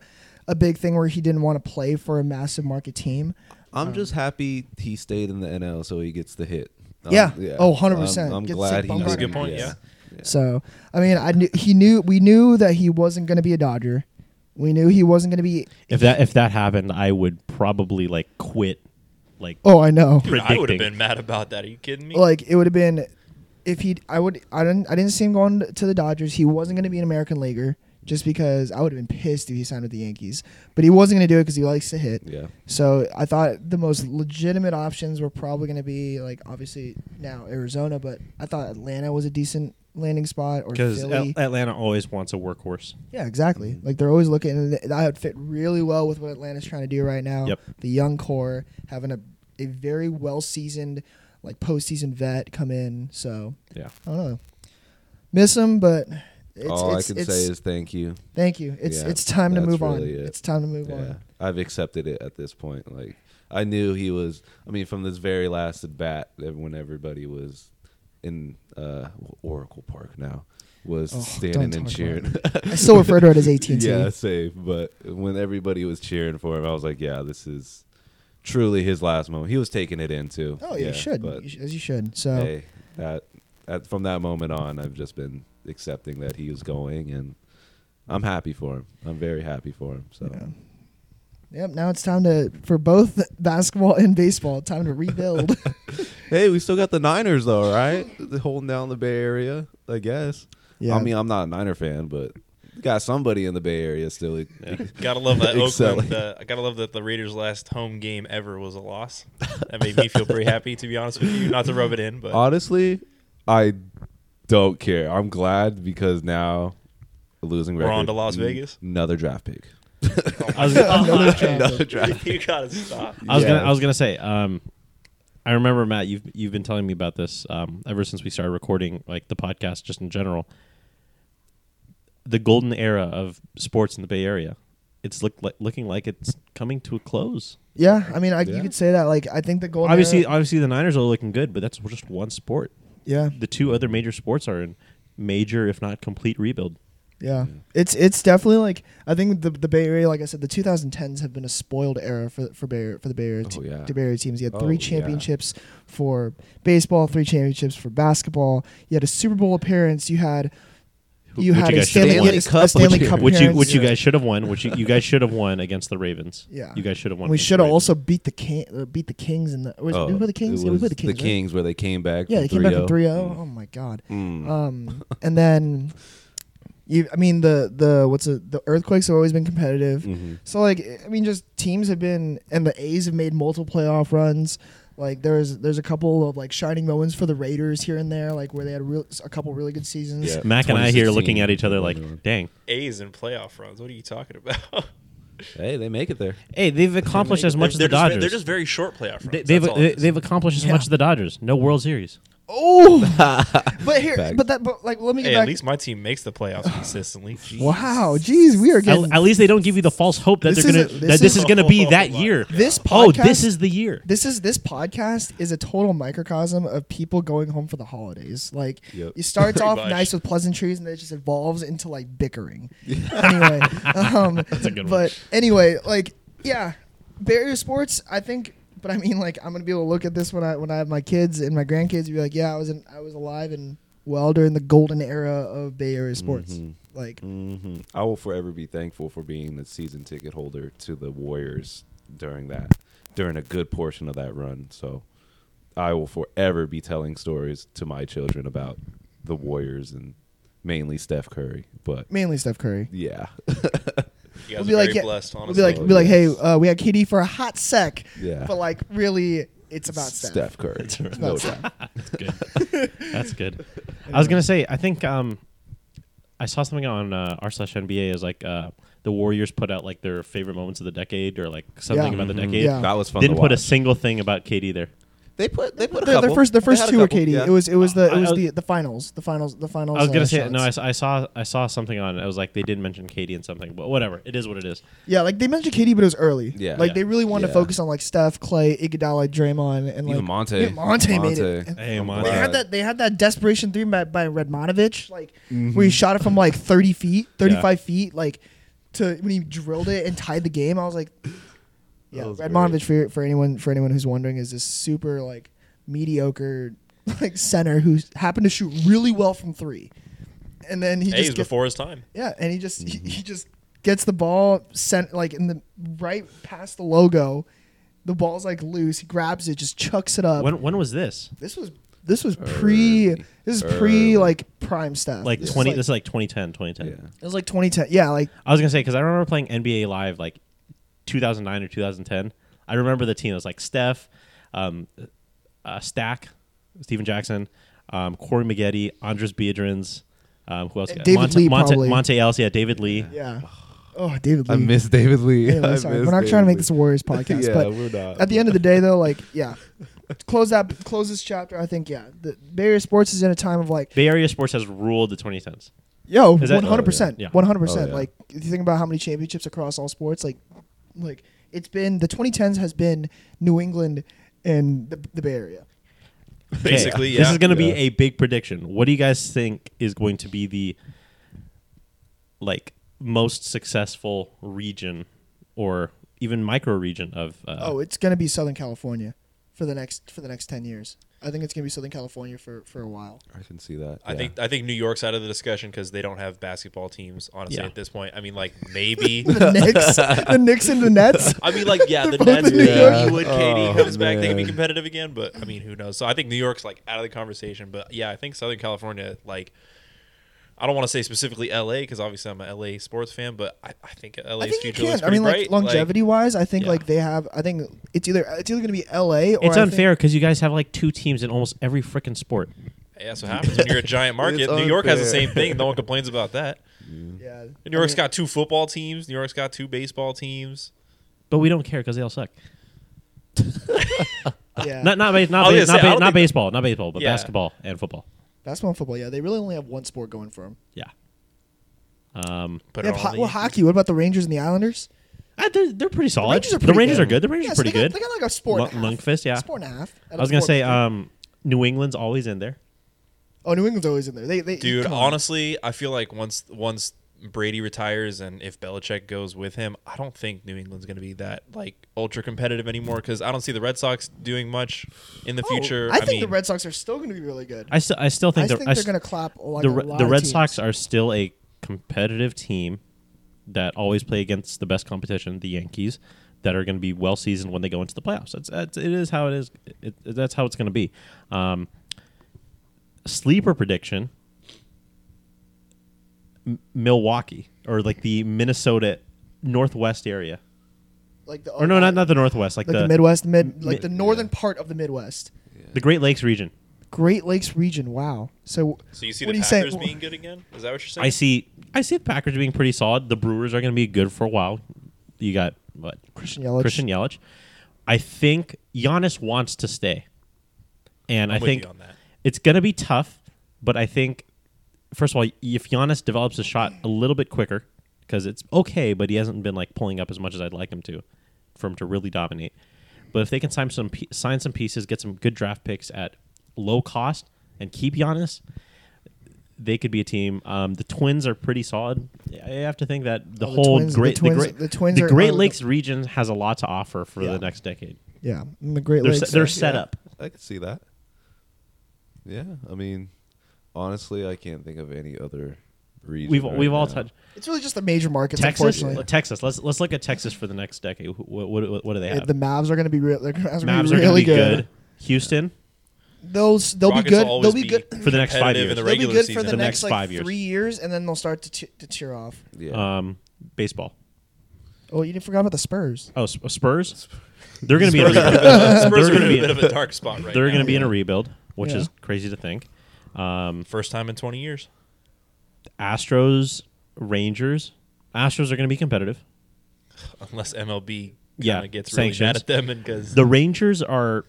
[SPEAKER 2] a big thing where he didn't want to play for a massive market team. Um,
[SPEAKER 4] I'm just happy he stayed in the NL so he gets the hit. Um,
[SPEAKER 2] Yeah. Oh, 100%.
[SPEAKER 4] I'm, I'm
[SPEAKER 2] Gets to
[SPEAKER 4] glad
[SPEAKER 2] sit
[SPEAKER 4] he.
[SPEAKER 2] Bumgarner.
[SPEAKER 4] did
[SPEAKER 2] That's a good
[SPEAKER 3] point,
[SPEAKER 4] this.
[SPEAKER 3] yeah.
[SPEAKER 2] So I mean, I knew he knew we knew that he wasn't going to be a Dodger. We knew he wasn't going to be.
[SPEAKER 1] If that if that happened, I would probably like quit. Like
[SPEAKER 2] Oh, I know.
[SPEAKER 3] Dude, I would have
[SPEAKER 1] Predicting.
[SPEAKER 3] been mad about that. Are you kidding me?
[SPEAKER 2] Like it would have been if he. I would. I didn't. I didn't see him going to the Dodgers. He wasn't going to be an American leaguer just because I would have been pissed if he signed with the Yankees. But he wasn't going to do it because he likes to hit.
[SPEAKER 4] Yeah.
[SPEAKER 2] So I thought the most legitimate options were probably going to be like obviously now Arizona, but I thought Atlanta was a decent landing spot or
[SPEAKER 1] because
[SPEAKER 2] Philly.
[SPEAKER 1] Atlanta always wants a workhorse.
[SPEAKER 2] yeah, exactly.
[SPEAKER 4] Mm-hmm.
[SPEAKER 2] Like they're always looking, and that would fit really well with what Atlanta's trying to do right now.
[SPEAKER 1] Yep.
[SPEAKER 2] The young core having a a very well seasoned like postseason vet come in. So
[SPEAKER 1] Yeah.
[SPEAKER 2] I don't know, miss him, but. It's,
[SPEAKER 4] All
[SPEAKER 2] it's,
[SPEAKER 4] I can
[SPEAKER 2] it's,
[SPEAKER 4] say is thank you.
[SPEAKER 2] thank you. It's
[SPEAKER 4] Yeah,
[SPEAKER 2] it's time to
[SPEAKER 4] that's
[SPEAKER 2] move on.
[SPEAKER 4] really it.
[SPEAKER 2] It's time to move
[SPEAKER 4] Yeah,
[SPEAKER 2] on.
[SPEAKER 4] I've accepted it at this point. Like I knew he was. I mean, from this very last at bat, when everybody was in uh, Oracle Park now was
[SPEAKER 2] Oh, don't
[SPEAKER 4] standing and
[SPEAKER 2] talk
[SPEAKER 4] cheering.
[SPEAKER 2] I still refer to it as AT&T.
[SPEAKER 4] yeah, safe. But when everybody was cheering for him, I was like, yeah, this is truly his last moment. He was taking it in too.
[SPEAKER 2] Oh, yeah, you should, uh,
[SPEAKER 4] But
[SPEAKER 2] you sh- as you should. So
[SPEAKER 4] hey, that, that from that moment on, I've just been accepting that he was going, and I'm happy for him. I'm very happy for him. So.
[SPEAKER 2] Yeah. Yep, now it's time to for both basketball and baseball, time to rebuild.
[SPEAKER 4] Hey, we still got the Niners though, right? They're holding down the Bay Area, I guess. I mean, I'm not a Niner fan, but we got somebody in the Bay Area still.
[SPEAKER 3] Gotta love that
[SPEAKER 4] Excelling.
[SPEAKER 3] Oakland. Uh, I gotta love that the Raiders' last home game ever was a loss. That made me feel pretty happy, to be honest with you. Not to rub it in, but
[SPEAKER 4] Honestly, I don't care. I'm glad because now a losing
[SPEAKER 3] We're
[SPEAKER 4] record.
[SPEAKER 3] on to Las Vegas?
[SPEAKER 4] Another draft pick.
[SPEAKER 1] I was,
[SPEAKER 4] Oh,
[SPEAKER 2] Another draft.
[SPEAKER 4] Another draft.
[SPEAKER 3] you gotta stop.
[SPEAKER 1] I was
[SPEAKER 4] Yeah.
[SPEAKER 1] gonna I was gonna say, um, I remember Matt, you've you've been telling me about this um, ever since we started recording like the podcast just in general. The golden era of sports in the Bay Area. It's look, like looking like it's coming to a close.
[SPEAKER 2] yeah, I mean, I, you
[SPEAKER 4] Yeah.
[SPEAKER 2] could say that. Like, I think the golden
[SPEAKER 1] obviously,
[SPEAKER 2] era-
[SPEAKER 1] obviously the Niners are looking good, but that's just one sport.
[SPEAKER 2] yeah,
[SPEAKER 1] The two other major sports are in major, if not complete, rebuild.
[SPEAKER 2] yeah, it's it's definitely like I think the the Bay Area, like I said, the 2010s have been a spoiled era for for Bay Area, for the Bay Area, te-
[SPEAKER 4] Oh, yeah.
[SPEAKER 2] the Bay Area teams. You had
[SPEAKER 4] Oh,
[SPEAKER 2] three
[SPEAKER 4] yeah.
[SPEAKER 2] championships for baseball, three championships for basketball. You had a Super Bowl appearance. You had
[SPEAKER 1] Who-
[SPEAKER 2] you
[SPEAKER 1] which
[SPEAKER 2] had
[SPEAKER 1] you
[SPEAKER 2] a
[SPEAKER 1] guys should've
[SPEAKER 2] Stanley,
[SPEAKER 1] won.
[SPEAKER 2] you had a a Stanley Cup
[SPEAKER 1] Which you,
[SPEAKER 2] appearance.
[SPEAKER 1] which you
[SPEAKER 2] Yeah.
[SPEAKER 1] guys should have won. Which you, you guys should have won against the Ravens.
[SPEAKER 2] Yeah.
[SPEAKER 1] you guys should have won.
[SPEAKER 2] And we
[SPEAKER 1] against the
[SPEAKER 2] should have
[SPEAKER 1] Ravens.
[SPEAKER 2] also beat the King, uh, beat the Kings in the. Or was it- did we play the Kings?
[SPEAKER 4] Oh, it
[SPEAKER 2] Yeah, we played
[SPEAKER 4] was
[SPEAKER 2] the Kings. right?
[SPEAKER 4] where they came back.
[SPEAKER 2] Yeah,
[SPEAKER 4] from
[SPEAKER 2] they came back from
[SPEAKER 4] 3-0.
[SPEAKER 2] 3-0. Oh my god.
[SPEAKER 4] Mm.
[SPEAKER 2] Um, and then, you. I mean the the what's it? The earthquakes have always been competitive.
[SPEAKER 4] Mhm.
[SPEAKER 2] So like I mean, just teams have been, and the A's have made multiple playoff runs. Like there's there's a couple of like shining moments for the Raiders here and there, like where they had real, a couple really good seasons.
[SPEAKER 4] Yeah.
[SPEAKER 1] Mac and I here
[SPEAKER 4] 2016,
[SPEAKER 1] looking at each other like,
[SPEAKER 4] everyone.
[SPEAKER 1] dang.
[SPEAKER 3] A's in playoff runs. What are you talking about?
[SPEAKER 4] Hey, they make it there.
[SPEAKER 1] Hey, they've accomplished as much as the
[SPEAKER 3] they're, just,
[SPEAKER 1] Dodgers.
[SPEAKER 3] they're just very short playoff runs.
[SPEAKER 1] They- they've
[SPEAKER 3] That's all it
[SPEAKER 1] they,
[SPEAKER 3] is.
[SPEAKER 1] they've accomplished as
[SPEAKER 2] Yeah.
[SPEAKER 1] much as the Dodgers. No World Series.
[SPEAKER 2] Oh, but here,
[SPEAKER 4] Back.
[SPEAKER 2] but that, but like, let me get
[SPEAKER 3] hey,
[SPEAKER 2] back.
[SPEAKER 3] at least my team makes the playoffs consistently. Jeez.
[SPEAKER 2] wow, jeez, we are
[SPEAKER 1] At,
[SPEAKER 2] getting
[SPEAKER 1] at least they don't give you the false hope that
[SPEAKER 2] This
[SPEAKER 1] they're
[SPEAKER 2] is
[SPEAKER 1] gonna
[SPEAKER 2] a-
[SPEAKER 1] that
[SPEAKER 2] this
[SPEAKER 1] this
[SPEAKER 2] is-
[SPEAKER 1] is gonna be
[SPEAKER 3] Oh
[SPEAKER 1] that
[SPEAKER 3] my
[SPEAKER 1] year.
[SPEAKER 3] God.
[SPEAKER 2] This
[SPEAKER 1] oh,
[SPEAKER 2] podcast-
[SPEAKER 1] this is the year.
[SPEAKER 2] this is this podcast is a total microcosm of people going home for the holidays. Like
[SPEAKER 4] Yep.
[SPEAKER 2] it starts
[SPEAKER 3] Pretty
[SPEAKER 2] off
[SPEAKER 3] much.
[SPEAKER 2] nice with pleasantries, and then it just evolves into like bickering. anyway, um, that's
[SPEAKER 1] a good one.
[SPEAKER 2] But anyway, like yeah, barrier sports. I think, but I mean, like I'm gonna be able to look at this when I when I have my kids and my grandkids and be like, yeah, I was in, I was alive and well during the golden era of Bay Area sports. Like
[SPEAKER 4] hmm I will forever be thankful for being the season ticket holder to the Warriors during that, during a good portion of that run. So I will forever be telling stories to my children about the Warriors and mainly Steph Curry. But
[SPEAKER 2] mainly Steph Curry.
[SPEAKER 4] yeah,
[SPEAKER 3] You guys
[SPEAKER 2] We'll be
[SPEAKER 3] are
[SPEAKER 2] like,
[SPEAKER 3] very
[SPEAKER 2] yeah,
[SPEAKER 3] blessed,
[SPEAKER 2] We'll
[SPEAKER 3] honestly.
[SPEAKER 2] be like, we'll be like, hey, uh, we had KD for a hot sec.
[SPEAKER 4] Yeah.
[SPEAKER 2] But like, really, it's about
[SPEAKER 4] Steph,
[SPEAKER 2] Steph.
[SPEAKER 4] Curry.
[SPEAKER 2] It's
[SPEAKER 4] No
[SPEAKER 2] about
[SPEAKER 4] doubt.
[SPEAKER 2] Steph.
[SPEAKER 1] That's good. That's good. I was gonna say, I think um, I saw something on uh, r slash NBA is like uh, the Warriors put out like their favorite moments of the decade or like something
[SPEAKER 2] Yeah.
[SPEAKER 1] about the
[SPEAKER 2] Mhm.
[SPEAKER 1] decade.
[SPEAKER 2] Yeah.
[SPEAKER 4] That was fun.
[SPEAKER 1] Didn't
[SPEAKER 4] to
[SPEAKER 1] put a
[SPEAKER 4] watch.
[SPEAKER 1] single thing about KD there.
[SPEAKER 4] They put they put a
[SPEAKER 2] Their, their
[SPEAKER 4] couple.
[SPEAKER 2] first, their
[SPEAKER 4] They
[SPEAKER 2] first
[SPEAKER 4] had a
[SPEAKER 2] two were
[SPEAKER 4] couple,
[SPEAKER 2] KD.
[SPEAKER 4] yeah.
[SPEAKER 2] It was, it was the,
[SPEAKER 1] I- I
[SPEAKER 2] it was
[SPEAKER 1] was-
[SPEAKER 2] the, the finals, the finals, the finals.
[SPEAKER 1] I was
[SPEAKER 2] uh,
[SPEAKER 1] gonna say no. I,
[SPEAKER 2] shots.
[SPEAKER 1] s- I saw I saw something on. it. I was like, they did mention Katie and something, but whatever. It is what it is.
[SPEAKER 2] Yeah, like they mentioned KD, but it was early.
[SPEAKER 4] Yeah.
[SPEAKER 2] like
[SPEAKER 1] Yeah.
[SPEAKER 2] they really wanted
[SPEAKER 4] Yeah.
[SPEAKER 2] to focus on like Steph, Clay, Iguodala, Draymond, and like
[SPEAKER 4] Even Monte.
[SPEAKER 2] Even Monte, made it. And
[SPEAKER 1] Hey,
[SPEAKER 4] I'm
[SPEAKER 1] Monte.
[SPEAKER 2] They
[SPEAKER 4] glad.
[SPEAKER 2] had that. They had that desperation three by, by Redmanovich, like where he shot it from like thirty feet, thirty-five feet, like to when he drilled it and tied the game. I was like, yeah,
[SPEAKER 4] was
[SPEAKER 2] Redmanovich for, for anyone for anyone who's wondering is this super like mediocre like center who happened to shoot really well from three, and then he
[SPEAKER 3] Hey,
[SPEAKER 2] just
[SPEAKER 3] he's
[SPEAKER 2] gets-
[SPEAKER 3] before his time.
[SPEAKER 2] yeah, and he just he, he just gets the ball sent like in the right past the logo. The ball's like loose. He grabs it, just chucks it up.
[SPEAKER 1] When when was this?
[SPEAKER 2] this was this was pre
[SPEAKER 4] Early.
[SPEAKER 2] this is
[SPEAKER 4] Early.
[SPEAKER 2] pre like prime stuff.
[SPEAKER 1] Like
[SPEAKER 2] this is,
[SPEAKER 1] twenty.
[SPEAKER 2] like-
[SPEAKER 1] this is like 2010, 2010.
[SPEAKER 4] Yeah.
[SPEAKER 2] it was like 2010. Yeah, like
[SPEAKER 1] I was gonna say because I remember playing NBA Live like 2009 or 2010. I remember the team. It was like Steph, um, uh, Stack, Steven Jackson, um, Corey Maggette, Andres Biedrins. Um, who else?
[SPEAKER 2] And David
[SPEAKER 1] Monte,
[SPEAKER 2] Lee,
[SPEAKER 1] Monte,
[SPEAKER 2] probably.
[SPEAKER 1] Monte Ellis. Yeah, David Lee.
[SPEAKER 2] yeah. Oh, David Lee.
[SPEAKER 4] I miss David Lee.
[SPEAKER 2] Anyway,
[SPEAKER 4] I
[SPEAKER 2] sorry,
[SPEAKER 4] miss
[SPEAKER 2] we're not
[SPEAKER 4] David
[SPEAKER 2] trying to
[SPEAKER 4] Lee.
[SPEAKER 2] make this a Warriors podcast,
[SPEAKER 4] yeah,
[SPEAKER 2] but
[SPEAKER 4] we're not.
[SPEAKER 2] at the end of the day though like yeah close that close this chapter i think yeah the bay area sports is in a time of like
[SPEAKER 1] Bay Area sports has ruled the 2010s.
[SPEAKER 2] Yo,
[SPEAKER 1] Is that-
[SPEAKER 2] one hundred percent,
[SPEAKER 1] Oh, yeah. Yeah.
[SPEAKER 2] one hundred percent.
[SPEAKER 4] Oh, yeah.
[SPEAKER 2] Like, if you think about how many championships across all sports, like, like it's been the 2010s has been New England and the, the Bay Area.
[SPEAKER 1] Okay,
[SPEAKER 3] Basically, yeah.
[SPEAKER 1] This is going to
[SPEAKER 4] Yeah.
[SPEAKER 1] be a big prediction. What do you guys think is going to be the like most successful region or even micro region of uh,
[SPEAKER 2] oh, it's gonna be Southern California for the next for the next ten years. I think it's gonna be Southern California for for a while.
[SPEAKER 4] I can see that.
[SPEAKER 3] I
[SPEAKER 4] yeah.
[SPEAKER 3] think I think New York's out of the discussion because they don't have basketball teams. Honestly,
[SPEAKER 1] Yeah.
[SPEAKER 3] at this point, I mean, like maybe.
[SPEAKER 2] The Knicks, the Knicks and the Nets.
[SPEAKER 3] I mean, like yeah, the
[SPEAKER 2] They're both
[SPEAKER 3] Nets,
[SPEAKER 2] in New
[SPEAKER 4] York.
[SPEAKER 3] you would, Katie
[SPEAKER 4] Oh,
[SPEAKER 3] comes back, they can be
[SPEAKER 4] man.
[SPEAKER 3] competitive again. But I mean, who knows? So I think New York's like out of the conversation. But yeah, I think Southern California, like, I don't want to say specifically L.A. because obviously I'm a L.A. sports fan, but I, I think L.A.'s
[SPEAKER 2] I think you
[SPEAKER 3] future looks
[SPEAKER 2] can. I
[SPEAKER 3] pretty
[SPEAKER 2] mean, like
[SPEAKER 3] bright.
[SPEAKER 2] longevity wise, I think
[SPEAKER 3] yeah.
[SPEAKER 2] like they have. I think it's either it's either gonna be L.A. or
[SPEAKER 1] it's
[SPEAKER 2] I
[SPEAKER 1] unfair because you guys have like two teams in almost every freaking sport.
[SPEAKER 3] yeah, that's what happens when you're a giant market.
[SPEAKER 4] It's
[SPEAKER 3] New York has the
[SPEAKER 4] unfair.
[SPEAKER 3] same thing. No one complains about that.
[SPEAKER 2] Think, yeah,
[SPEAKER 3] New York's
[SPEAKER 2] I mean,
[SPEAKER 3] got two football teams. New York's got two baseball teams.
[SPEAKER 1] But we don't care because they all suck.
[SPEAKER 2] Yeah,
[SPEAKER 1] Not not ba-
[SPEAKER 3] I
[SPEAKER 1] not ba- not,
[SPEAKER 3] was gonna say, I
[SPEAKER 1] ba-
[SPEAKER 3] don't
[SPEAKER 1] not
[SPEAKER 3] think-
[SPEAKER 1] baseball, not baseball, but
[SPEAKER 3] Yeah.
[SPEAKER 1] basketball and football.
[SPEAKER 2] basketball and football. Yeah, they really only have one sport going for them.
[SPEAKER 1] Yeah. Um,
[SPEAKER 3] Put
[SPEAKER 2] They
[SPEAKER 3] it
[SPEAKER 2] have
[SPEAKER 3] on
[SPEAKER 2] ho-
[SPEAKER 3] the-
[SPEAKER 2] well, hockey. What about the Rangers and the Islanders?
[SPEAKER 1] I- Uh, they're, they're pretty solid.
[SPEAKER 2] Rangers are pretty good.
[SPEAKER 1] The Rangers
[SPEAKER 2] Yeah,
[SPEAKER 1] are
[SPEAKER 2] so
[SPEAKER 1] pretty
[SPEAKER 2] they
[SPEAKER 1] good.
[SPEAKER 2] got- They got like a sport. and a
[SPEAKER 1] Lu-
[SPEAKER 2] half.
[SPEAKER 1] Lungfist, yeah.
[SPEAKER 2] Sport and a half.
[SPEAKER 1] I was gonna
[SPEAKER 2] Sport
[SPEAKER 1] say,
[SPEAKER 2] and a half.
[SPEAKER 1] um, New England's always in there.
[SPEAKER 2] oh, New England's always in there. They, they
[SPEAKER 3] Dude,
[SPEAKER 2] come on.
[SPEAKER 3] honestly, I feel like once once Brady retires and if Belichick goes with him, I don't think New England's going to be that like ultra competitive anymore because I don't see the Red Sox doing much in the
[SPEAKER 2] Oh,
[SPEAKER 3] future.
[SPEAKER 2] I, think
[SPEAKER 3] mean,
[SPEAKER 2] the Red Sox are still going to be really good.
[SPEAKER 1] I still I still think,
[SPEAKER 2] I
[SPEAKER 1] they're-
[SPEAKER 2] think
[SPEAKER 1] I
[SPEAKER 2] they're
[SPEAKER 1] st-
[SPEAKER 2] going to clap like
[SPEAKER 1] the,
[SPEAKER 2] a
[SPEAKER 1] Re-
[SPEAKER 2] lot
[SPEAKER 1] the
[SPEAKER 2] of
[SPEAKER 1] Red
[SPEAKER 2] teams.
[SPEAKER 1] Sox are still a competitive team that always play against the best competition, the Yankees, that are going to be well seasoned when they go into the playoffs. That's, that's it is how it is. It, it- that's how it's going to be. Um, sleeper prediction: M- Milwaukee or like the Minnesota Northwest area,
[SPEAKER 2] like the
[SPEAKER 1] or no, not not the Northwest, like,
[SPEAKER 2] like the,
[SPEAKER 1] the
[SPEAKER 2] Midwest, mid like
[SPEAKER 1] mid-
[SPEAKER 2] the northern part of the Midwest,
[SPEAKER 1] the Great Lakes region.
[SPEAKER 2] Great Lakes region. Wow. So
[SPEAKER 3] so you see
[SPEAKER 2] what
[SPEAKER 3] the
[SPEAKER 2] are you
[SPEAKER 3] Packers
[SPEAKER 2] saying?
[SPEAKER 3] being good again? Is that what you're saying?
[SPEAKER 1] I see. I see the Packers being pretty solid. The Brewers are going to be good for a while. You got what?
[SPEAKER 2] Christian Yelich.
[SPEAKER 1] Christian Yelich. I think Giannis wants to stay, and i
[SPEAKER 3] I'm with
[SPEAKER 1] think
[SPEAKER 3] you on that.
[SPEAKER 1] it's going to be tough. But I think, first of all, if Giannis develops a shot a little bit quicker, because it's okay, but he hasn't been like pulling up as much as I'd like him to, for him to really dominate. But if they can sign some pe- sign some pieces, get some good draft picks at low cost, and keep Giannis, they could be a team. Um, the Twins are pretty solid. I have to think that the
[SPEAKER 2] Oh, the
[SPEAKER 1] whole
[SPEAKER 2] Twins- the
[SPEAKER 1] great the,
[SPEAKER 2] Twins-
[SPEAKER 1] great
[SPEAKER 2] the Twins
[SPEAKER 1] the
[SPEAKER 2] are-
[SPEAKER 1] Great
[SPEAKER 2] are the-
[SPEAKER 1] Lakes region has a lot to offer for
[SPEAKER 2] Yeah.
[SPEAKER 1] the next decade.
[SPEAKER 2] yeah, and the Great
[SPEAKER 1] They're
[SPEAKER 2] Lakes.
[SPEAKER 1] se- they're
[SPEAKER 2] are-
[SPEAKER 1] set up.
[SPEAKER 4] I can see that. Yeah, I mean, honestly, I can't think of any other reason.
[SPEAKER 1] We've
[SPEAKER 4] right
[SPEAKER 1] we've all
[SPEAKER 4] now.
[SPEAKER 1] touched
[SPEAKER 2] It's really just the major markets.
[SPEAKER 1] Texas. uh,
[SPEAKER 2] unfortunately.
[SPEAKER 1] Texas. Let's let's look at Texas for the next decade. Wh- What what, what do they
[SPEAKER 2] Uh,
[SPEAKER 1] have?
[SPEAKER 2] The Mavs are going to be real. They're gonna be
[SPEAKER 1] Mavs
[SPEAKER 2] really
[SPEAKER 1] are going to be
[SPEAKER 2] good.
[SPEAKER 1] good. Houston.
[SPEAKER 2] They'll s- they'll
[SPEAKER 3] Rockets
[SPEAKER 2] be good.
[SPEAKER 3] will
[SPEAKER 2] They'll
[SPEAKER 3] always
[SPEAKER 2] be good.
[SPEAKER 1] For the next five
[SPEAKER 3] competitive
[SPEAKER 1] years. They'll
[SPEAKER 3] in the
[SPEAKER 2] They'll be
[SPEAKER 3] regular
[SPEAKER 2] good
[SPEAKER 3] season.
[SPEAKER 2] for the,
[SPEAKER 1] The next
[SPEAKER 2] next, like
[SPEAKER 1] five years.
[SPEAKER 2] three years, and then they'll start to t- to tear off.
[SPEAKER 4] Yeah,
[SPEAKER 1] Um, baseball.
[SPEAKER 2] Oh, you didn't forgot about the Spurs.
[SPEAKER 1] Oh, Sp- Spurs. They're going to be in a
[SPEAKER 3] Spurs are
[SPEAKER 1] rebuild.
[SPEAKER 3] Spurs
[SPEAKER 1] they're
[SPEAKER 3] are in
[SPEAKER 1] going
[SPEAKER 3] a
[SPEAKER 1] to be
[SPEAKER 3] bit of a dark spot right
[SPEAKER 1] they're
[SPEAKER 3] now.
[SPEAKER 1] going to be in a rebuild, which
[SPEAKER 2] Yeah.
[SPEAKER 1] is crazy to think. Um,
[SPEAKER 3] first time in 20 years.
[SPEAKER 1] Astros, Rangers. Astros are going to be competitive.
[SPEAKER 3] Unless MLB
[SPEAKER 1] Yeah,
[SPEAKER 3] kinda gets really
[SPEAKER 1] sanctions.
[SPEAKER 3] mad at them and because
[SPEAKER 1] The Rangers are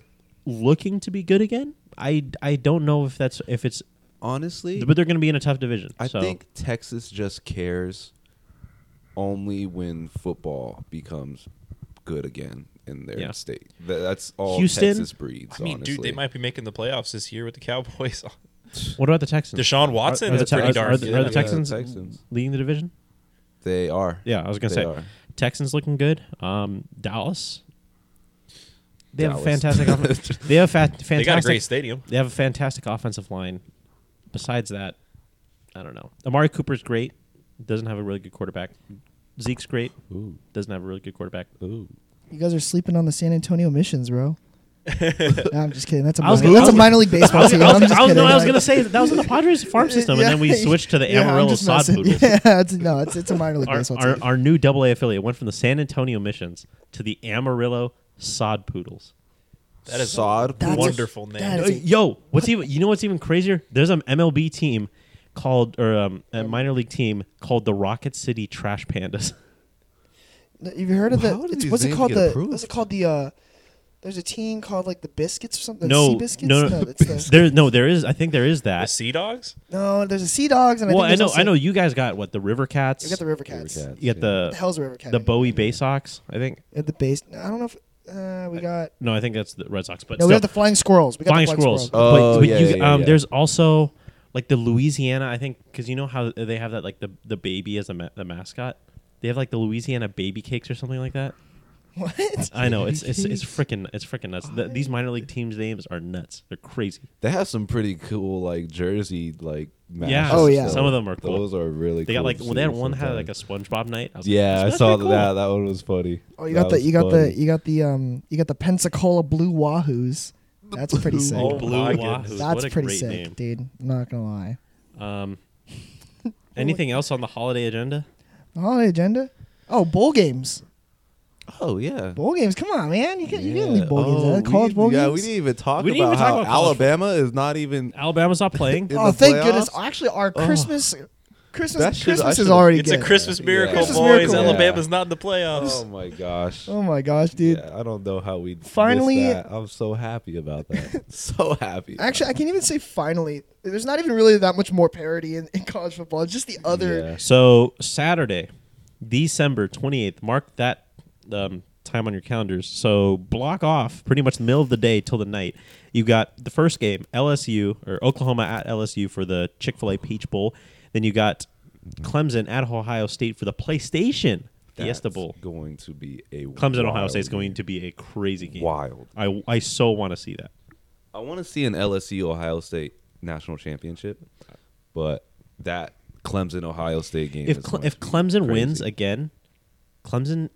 [SPEAKER 1] looking to be good again. I, I don't know if that's if it's
[SPEAKER 4] Honestly,
[SPEAKER 1] but they're going to be in a tough division.
[SPEAKER 4] I
[SPEAKER 1] so.
[SPEAKER 4] think Texas just cares only when football becomes good again in their
[SPEAKER 1] Yeah.
[SPEAKER 4] state. Th- that's all
[SPEAKER 1] Houston?
[SPEAKER 4] Texas breeds.
[SPEAKER 3] I mean,
[SPEAKER 4] honestly.
[SPEAKER 3] dude, they might be making the playoffs this year with the Cowboys.
[SPEAKER 1] What about the Texans?
[SPEAKER 3] Deshaun Watson
[SPEAKER 1] are the
[SPEAKER 3] is pretty
[SPEAKER 1] Tex-
[SPEAKER 3] darn
[SPEAKER 1] are the-
[SPEAKER 3] good.
[SPEAKER 1] are
[SPEAKER 4] Yeah,
[SPEAKER 1] the Texans-
[SPEAKER 4] Texans.
[SPEAKER 1] leading the division.
[SPEAKER 4] They are.
[SPEAKER 1] Yeah, I was gonna
[SPEAKER 4] They
[SPEAKER 1] say
[SPEAKER 4] are.
[SPEAKER 1] Texans looking good. Um, Dallas. They have a
[SPEAKER 4] Dallas.
[SPEAKER 1] fantastic. off- they have fa- fantastic.
[SPEAKER 3] They got a great stadium.
[SPEAKER 1] They have a fantastic offensive line. Besides that, I don't know. Amari Cooper's great. Doesn't have a really good quarterback. Zeke's great.
[SPEAKER 4] Ooh,
[SPEAKER 1] Doesn't have a really good quarterback.
[SPEAKER 4] ooh.
[SPEAKER 2] You guys are sleeping on the San Antonio missions, bro. Nah, I'm just kidding. That's a
[SPEAKER 1] I was
[SPEAKER 2] minor,
[SPEAKER 1] gonna- I
[SPEAKER 2] that's a
[SPEAKER 1] was-
[SPEAKER 2] minor league
[SPEAKER 1] I
[SPEAKER 2] baseball
[SPEAKER 1] was,
[SPEAKER 2] team.
[SPEAKER 1] I was-
[SPEAKER 2] I'm just
[SPEAKER 1] I was-
[SPEAKER 2] kidding.
[SPEAKER 1] no, I was
[SPEAKER 2] like-
[SPEAKER 1] gonna say that was in the Padres farm system, and then we
[SPEAKER 2] Yeah.
[SPEAKER 1] switched to the
[SPEAKER 2] Yeah, I'm
[SPEAKER 1] Amarillo
[SPEAKER 2] just
[SPEAKER 1] sod
[SPEAKER 2] messing.
[SPEAKER 1] poodles.
[SPEAKER 2] Yeah, it's, no, it's, it's a minor league
[SPEAKER 1] Our,
[SPEAKER 2] baseball
[SPEAKER 1] our,
[SPEAKER 2] team.
[SPEAKER 1] our new double A affiliate went from the San Antonio Missions to the Amarillo Sod Poodles.
[SPEAKER 3] That is a
[SPEAKER 4] sod.
[SPEAKER 2] That's a-
[SPEAKER 3] wonderful name.
[SPEAKER 2] that
[SPEAKER 1] Uh,
[SPEAKER 2] is a-
[SPEAKER 1] yo, what's even? You know what's even crazier? There's an MLB team called, or um, a minor league team called the Rocket City Trash Pandas.
[SPEAKER 2] Have you heard of
[SPEAKER 4] How
[SPEAKER 2] the?
[SPEAKER 4] do
[SPEAKER 2] It's,
[SPEAKER 4] these
[SPEAKER 2] what's it
[SPEAKER 4] names
[SPEAKER 2] called?
[SPEAKER 4] get
[SPEAKER 2] The
[SPEAKER 4] approved?
[SPEAKER 2] what's it called? The uh, there's a team called like the biscuits or something.
[SPEAKER 1] no,
[SPEAKER 2] sea biscuits?
[SPEAKER 1] no, no,
[SPEAKER 2] that's the,
[SPEAKER 1] there, no, there is. I think there is
[SPEAKER 3] The
[SPEAKER 1] that.
[SPEAKER 3] Sea Dogs?
[SPEAKER 2] no. There's a sea dogs and
[SPEAKER 1] well,
[SPEAKER 2] I
[SPEAKER 1] I
[SPEAKER 2] think there's
[SPEAKER 1] know,
[SPEAKER 2] also-
[SPEAKER 1] I know. You guys got what the River Cats.
[SPEAKER 2] You got the river cats.
[SPEAKER 4] River Cats.
[SPEAKER 1] you got
[SPEAKER 2] What
[SPEAKER 1] the
[SPEAKER 2] the hell's a river cat?
[SPEAKER 1] the
[SPEAKER 2] again?
[SPEAKER 1] Bowie Bay Sox. I think.
[SPEAKER 2] You have the base. I don't know if uh, we got.
[SPEAKER 1] No, I think that's the Red Sox. But
[SPEAKER 2] No,
[SPEAKER 1] still,
[SPEAKER 2] we have the flying squirrels. We got
[SPEAKER 1] flying
[SPEAKER 2] the
[SPEAKER 1] squirrels.
[SPEAKER 4] squirrels.
[SPEAKER 1] But-
[SPEAKER 4] Oh,
[SPEAKER 1] but
[SPEAKER 4] yeah,
[SPEAKER 1] you-
[SPEAKER 4] yeah, yeah,
[SPEAKER 1] um,
[SPEAKER 4] yeah.
[SPEAKER 1] There's also like the Louisiana. I think because you know how they have that like the the baby as a ma- the mascot. They have like the Louisiana baby cakes or something like that.
[SPEAKER 4] Oh.
[SPEAKER 2] What?
[SPEAKER 1] I know it's it's it's freaking it's freaking nuts. Th these minor league teams' names are nuts. They're crazy.
[SPEAKER 4] They have some pretty cool like jersey like matches.
[SPEAKER 1] Yeah.
[SPEAKER 2] Oh, yeah.
[SPEAKER 1] Some of them are cool.
[SPEAKER 4] Those are really.
[SPEAKER 1] They
[SPEAKER 4] cool
[SPEAKER 1] got like
[SPEAKER 4] to
[SPEAKER 1] well, they had
[SPEAKER 4] see
[SPEAKER 1] one had like a
[SPEAKER 4] sometimes.
[SPEAKER 1] SpongeBob night. I was like,
[SPEAKER 4] Yeah,
[SPEAKER 1] "That's
[SPEAKER 4] I saw
[SPEAKER 1] pretty cool."
[SPEAKER 4] that. That one was funny.
[SPEAKER 2] Oh, you
[SPEAKER 4] That
[SPEAKER 2] got the
[SPEAKER 4] was
[SPEAKER 2] you got
[SPEAKER 4] funny.
[SPEAKER 2] the you got the um you got the Pensacola Blue Wahoos. That's pretty sick.
[SPEAKER 3] Oh,
[SPEAKER 1] Blue Wahoos.
[SPEAKER 3] my goodness.
[SPEAKER 1] What
[SPEAKER 2] That's
[SPEAKER 1] a
[SPEAKER 2] pretty
[SPEAKER 1] great
[SPEAKER 2] sick,
[SPEAKER 1] name.
[SPEAKER 2] dude. I'm not gonna lie.
[SPEAKER 1] Um, anything else on the holiday agenda?
[SPEAKER 2] The holiday agenda. Oh, bowl games.
[SPEAKER 4] Oh yeah.
[SPEAKER 2] Bowl games. Come on, man. e- You can't you can't
[SPEAKER 4] Yeah.
[SPEAKER 2] leave bowl games.
[SPEAKER 4] Oh,
[SPEAKER 2] out. College
[SPEAKER 4] we,
[SPEAKER 2] bowl
[SPEAKER 4] Yeah, we
[SPEAKER 2] games.
[SPEAKER 4] didn't even talk
[SPEAKER 1] We didn't
[SPEAKER 4] about
[SPEAKER 1] even talk
[SPEAKER 4] how
[SPEAKER 1] about college-
[SPEAKER 4] Alabama is not even.
[SPEAKER 1] Alabama's not playing.
[SPEAKER 4] in
[SPEAKER 2] oh,
[SPEAKER 4] the
[SPEAKER 2] thank
[SPEAKER 4] playoffs? Oh.
[SPEAKER 2] goodness. Actually, our Christmas
[SPEAKER 4] That
[SPEAKER 2] Christmas
[SPEAKER 4] should- I
[SPEAKER 2] Christmas is
[SPEAKER 4] should've-
[SPEAKER 2] already
[SPEAKER 3] It's a
[SPEAKER 2] good.
[SPEAKER 3] Christmas miracle,
[SPEAKER 2] Christmas
[SPEAKER 3] boys.
[SPEAKER 2] miracle.
[SPEAKER 3] Alabama's not in the
[SPEAKER 4] Oh
[SPEAKER 3] playoffs.
[SPEAKER 4] my gosh.
[SPEAKER 2] Oh my gosh, dude.
[SPEAKER 4] Yeah, I don't know how we missed
[SPEAKER 2] Finally-
[SPEAKER 4] that. I'm so happy about that. so happy. about
[SPEAKER 2] Actually, I can't even say finally. There's not even really that much more parity in, in college football. It's just the other.
[SPEAKER 4] Yeah.
[SPEAKER 1] So Saturday, December twenty eighth. Mark that um, time on your calendars. So block off pretty much the middle of the day till the night. You got the first game, LSU or Oklahoma at LSU for the Chick fil A Peach Bowl. Then you got Clemson at Ohio State for the PlayStation Fiesta
[SPEAKER 4] That's
[SPEAKER 1] Bowl.
[SPEAKER 4] Going to be a
[SPEAKER 1] Clemson Ohio
[SPEAKER 4] wild
[SPEAKER 1] State's
[SPEAKER 4] game.
[SPEAKER 1] going to be a crazy game.
[SPEAKER 4] Wild.
[SPEAKER 1] I I so want to see that.
[SPEAKER 4] I want to see an LSU Ohio State national championship, but that Clemson Ohio State game.
[SPEAKER 1] if
[SPEAKER 4] is
[SPEAKER 1] Cle-
[SPEAKER 4] going
[SPEAKER 1] if
[SPEAKER 4] to be
[SPEAKER 1] Clemson
[SPEAKER 4] crazy.
[SPEAKER 1] wins again, Clemson,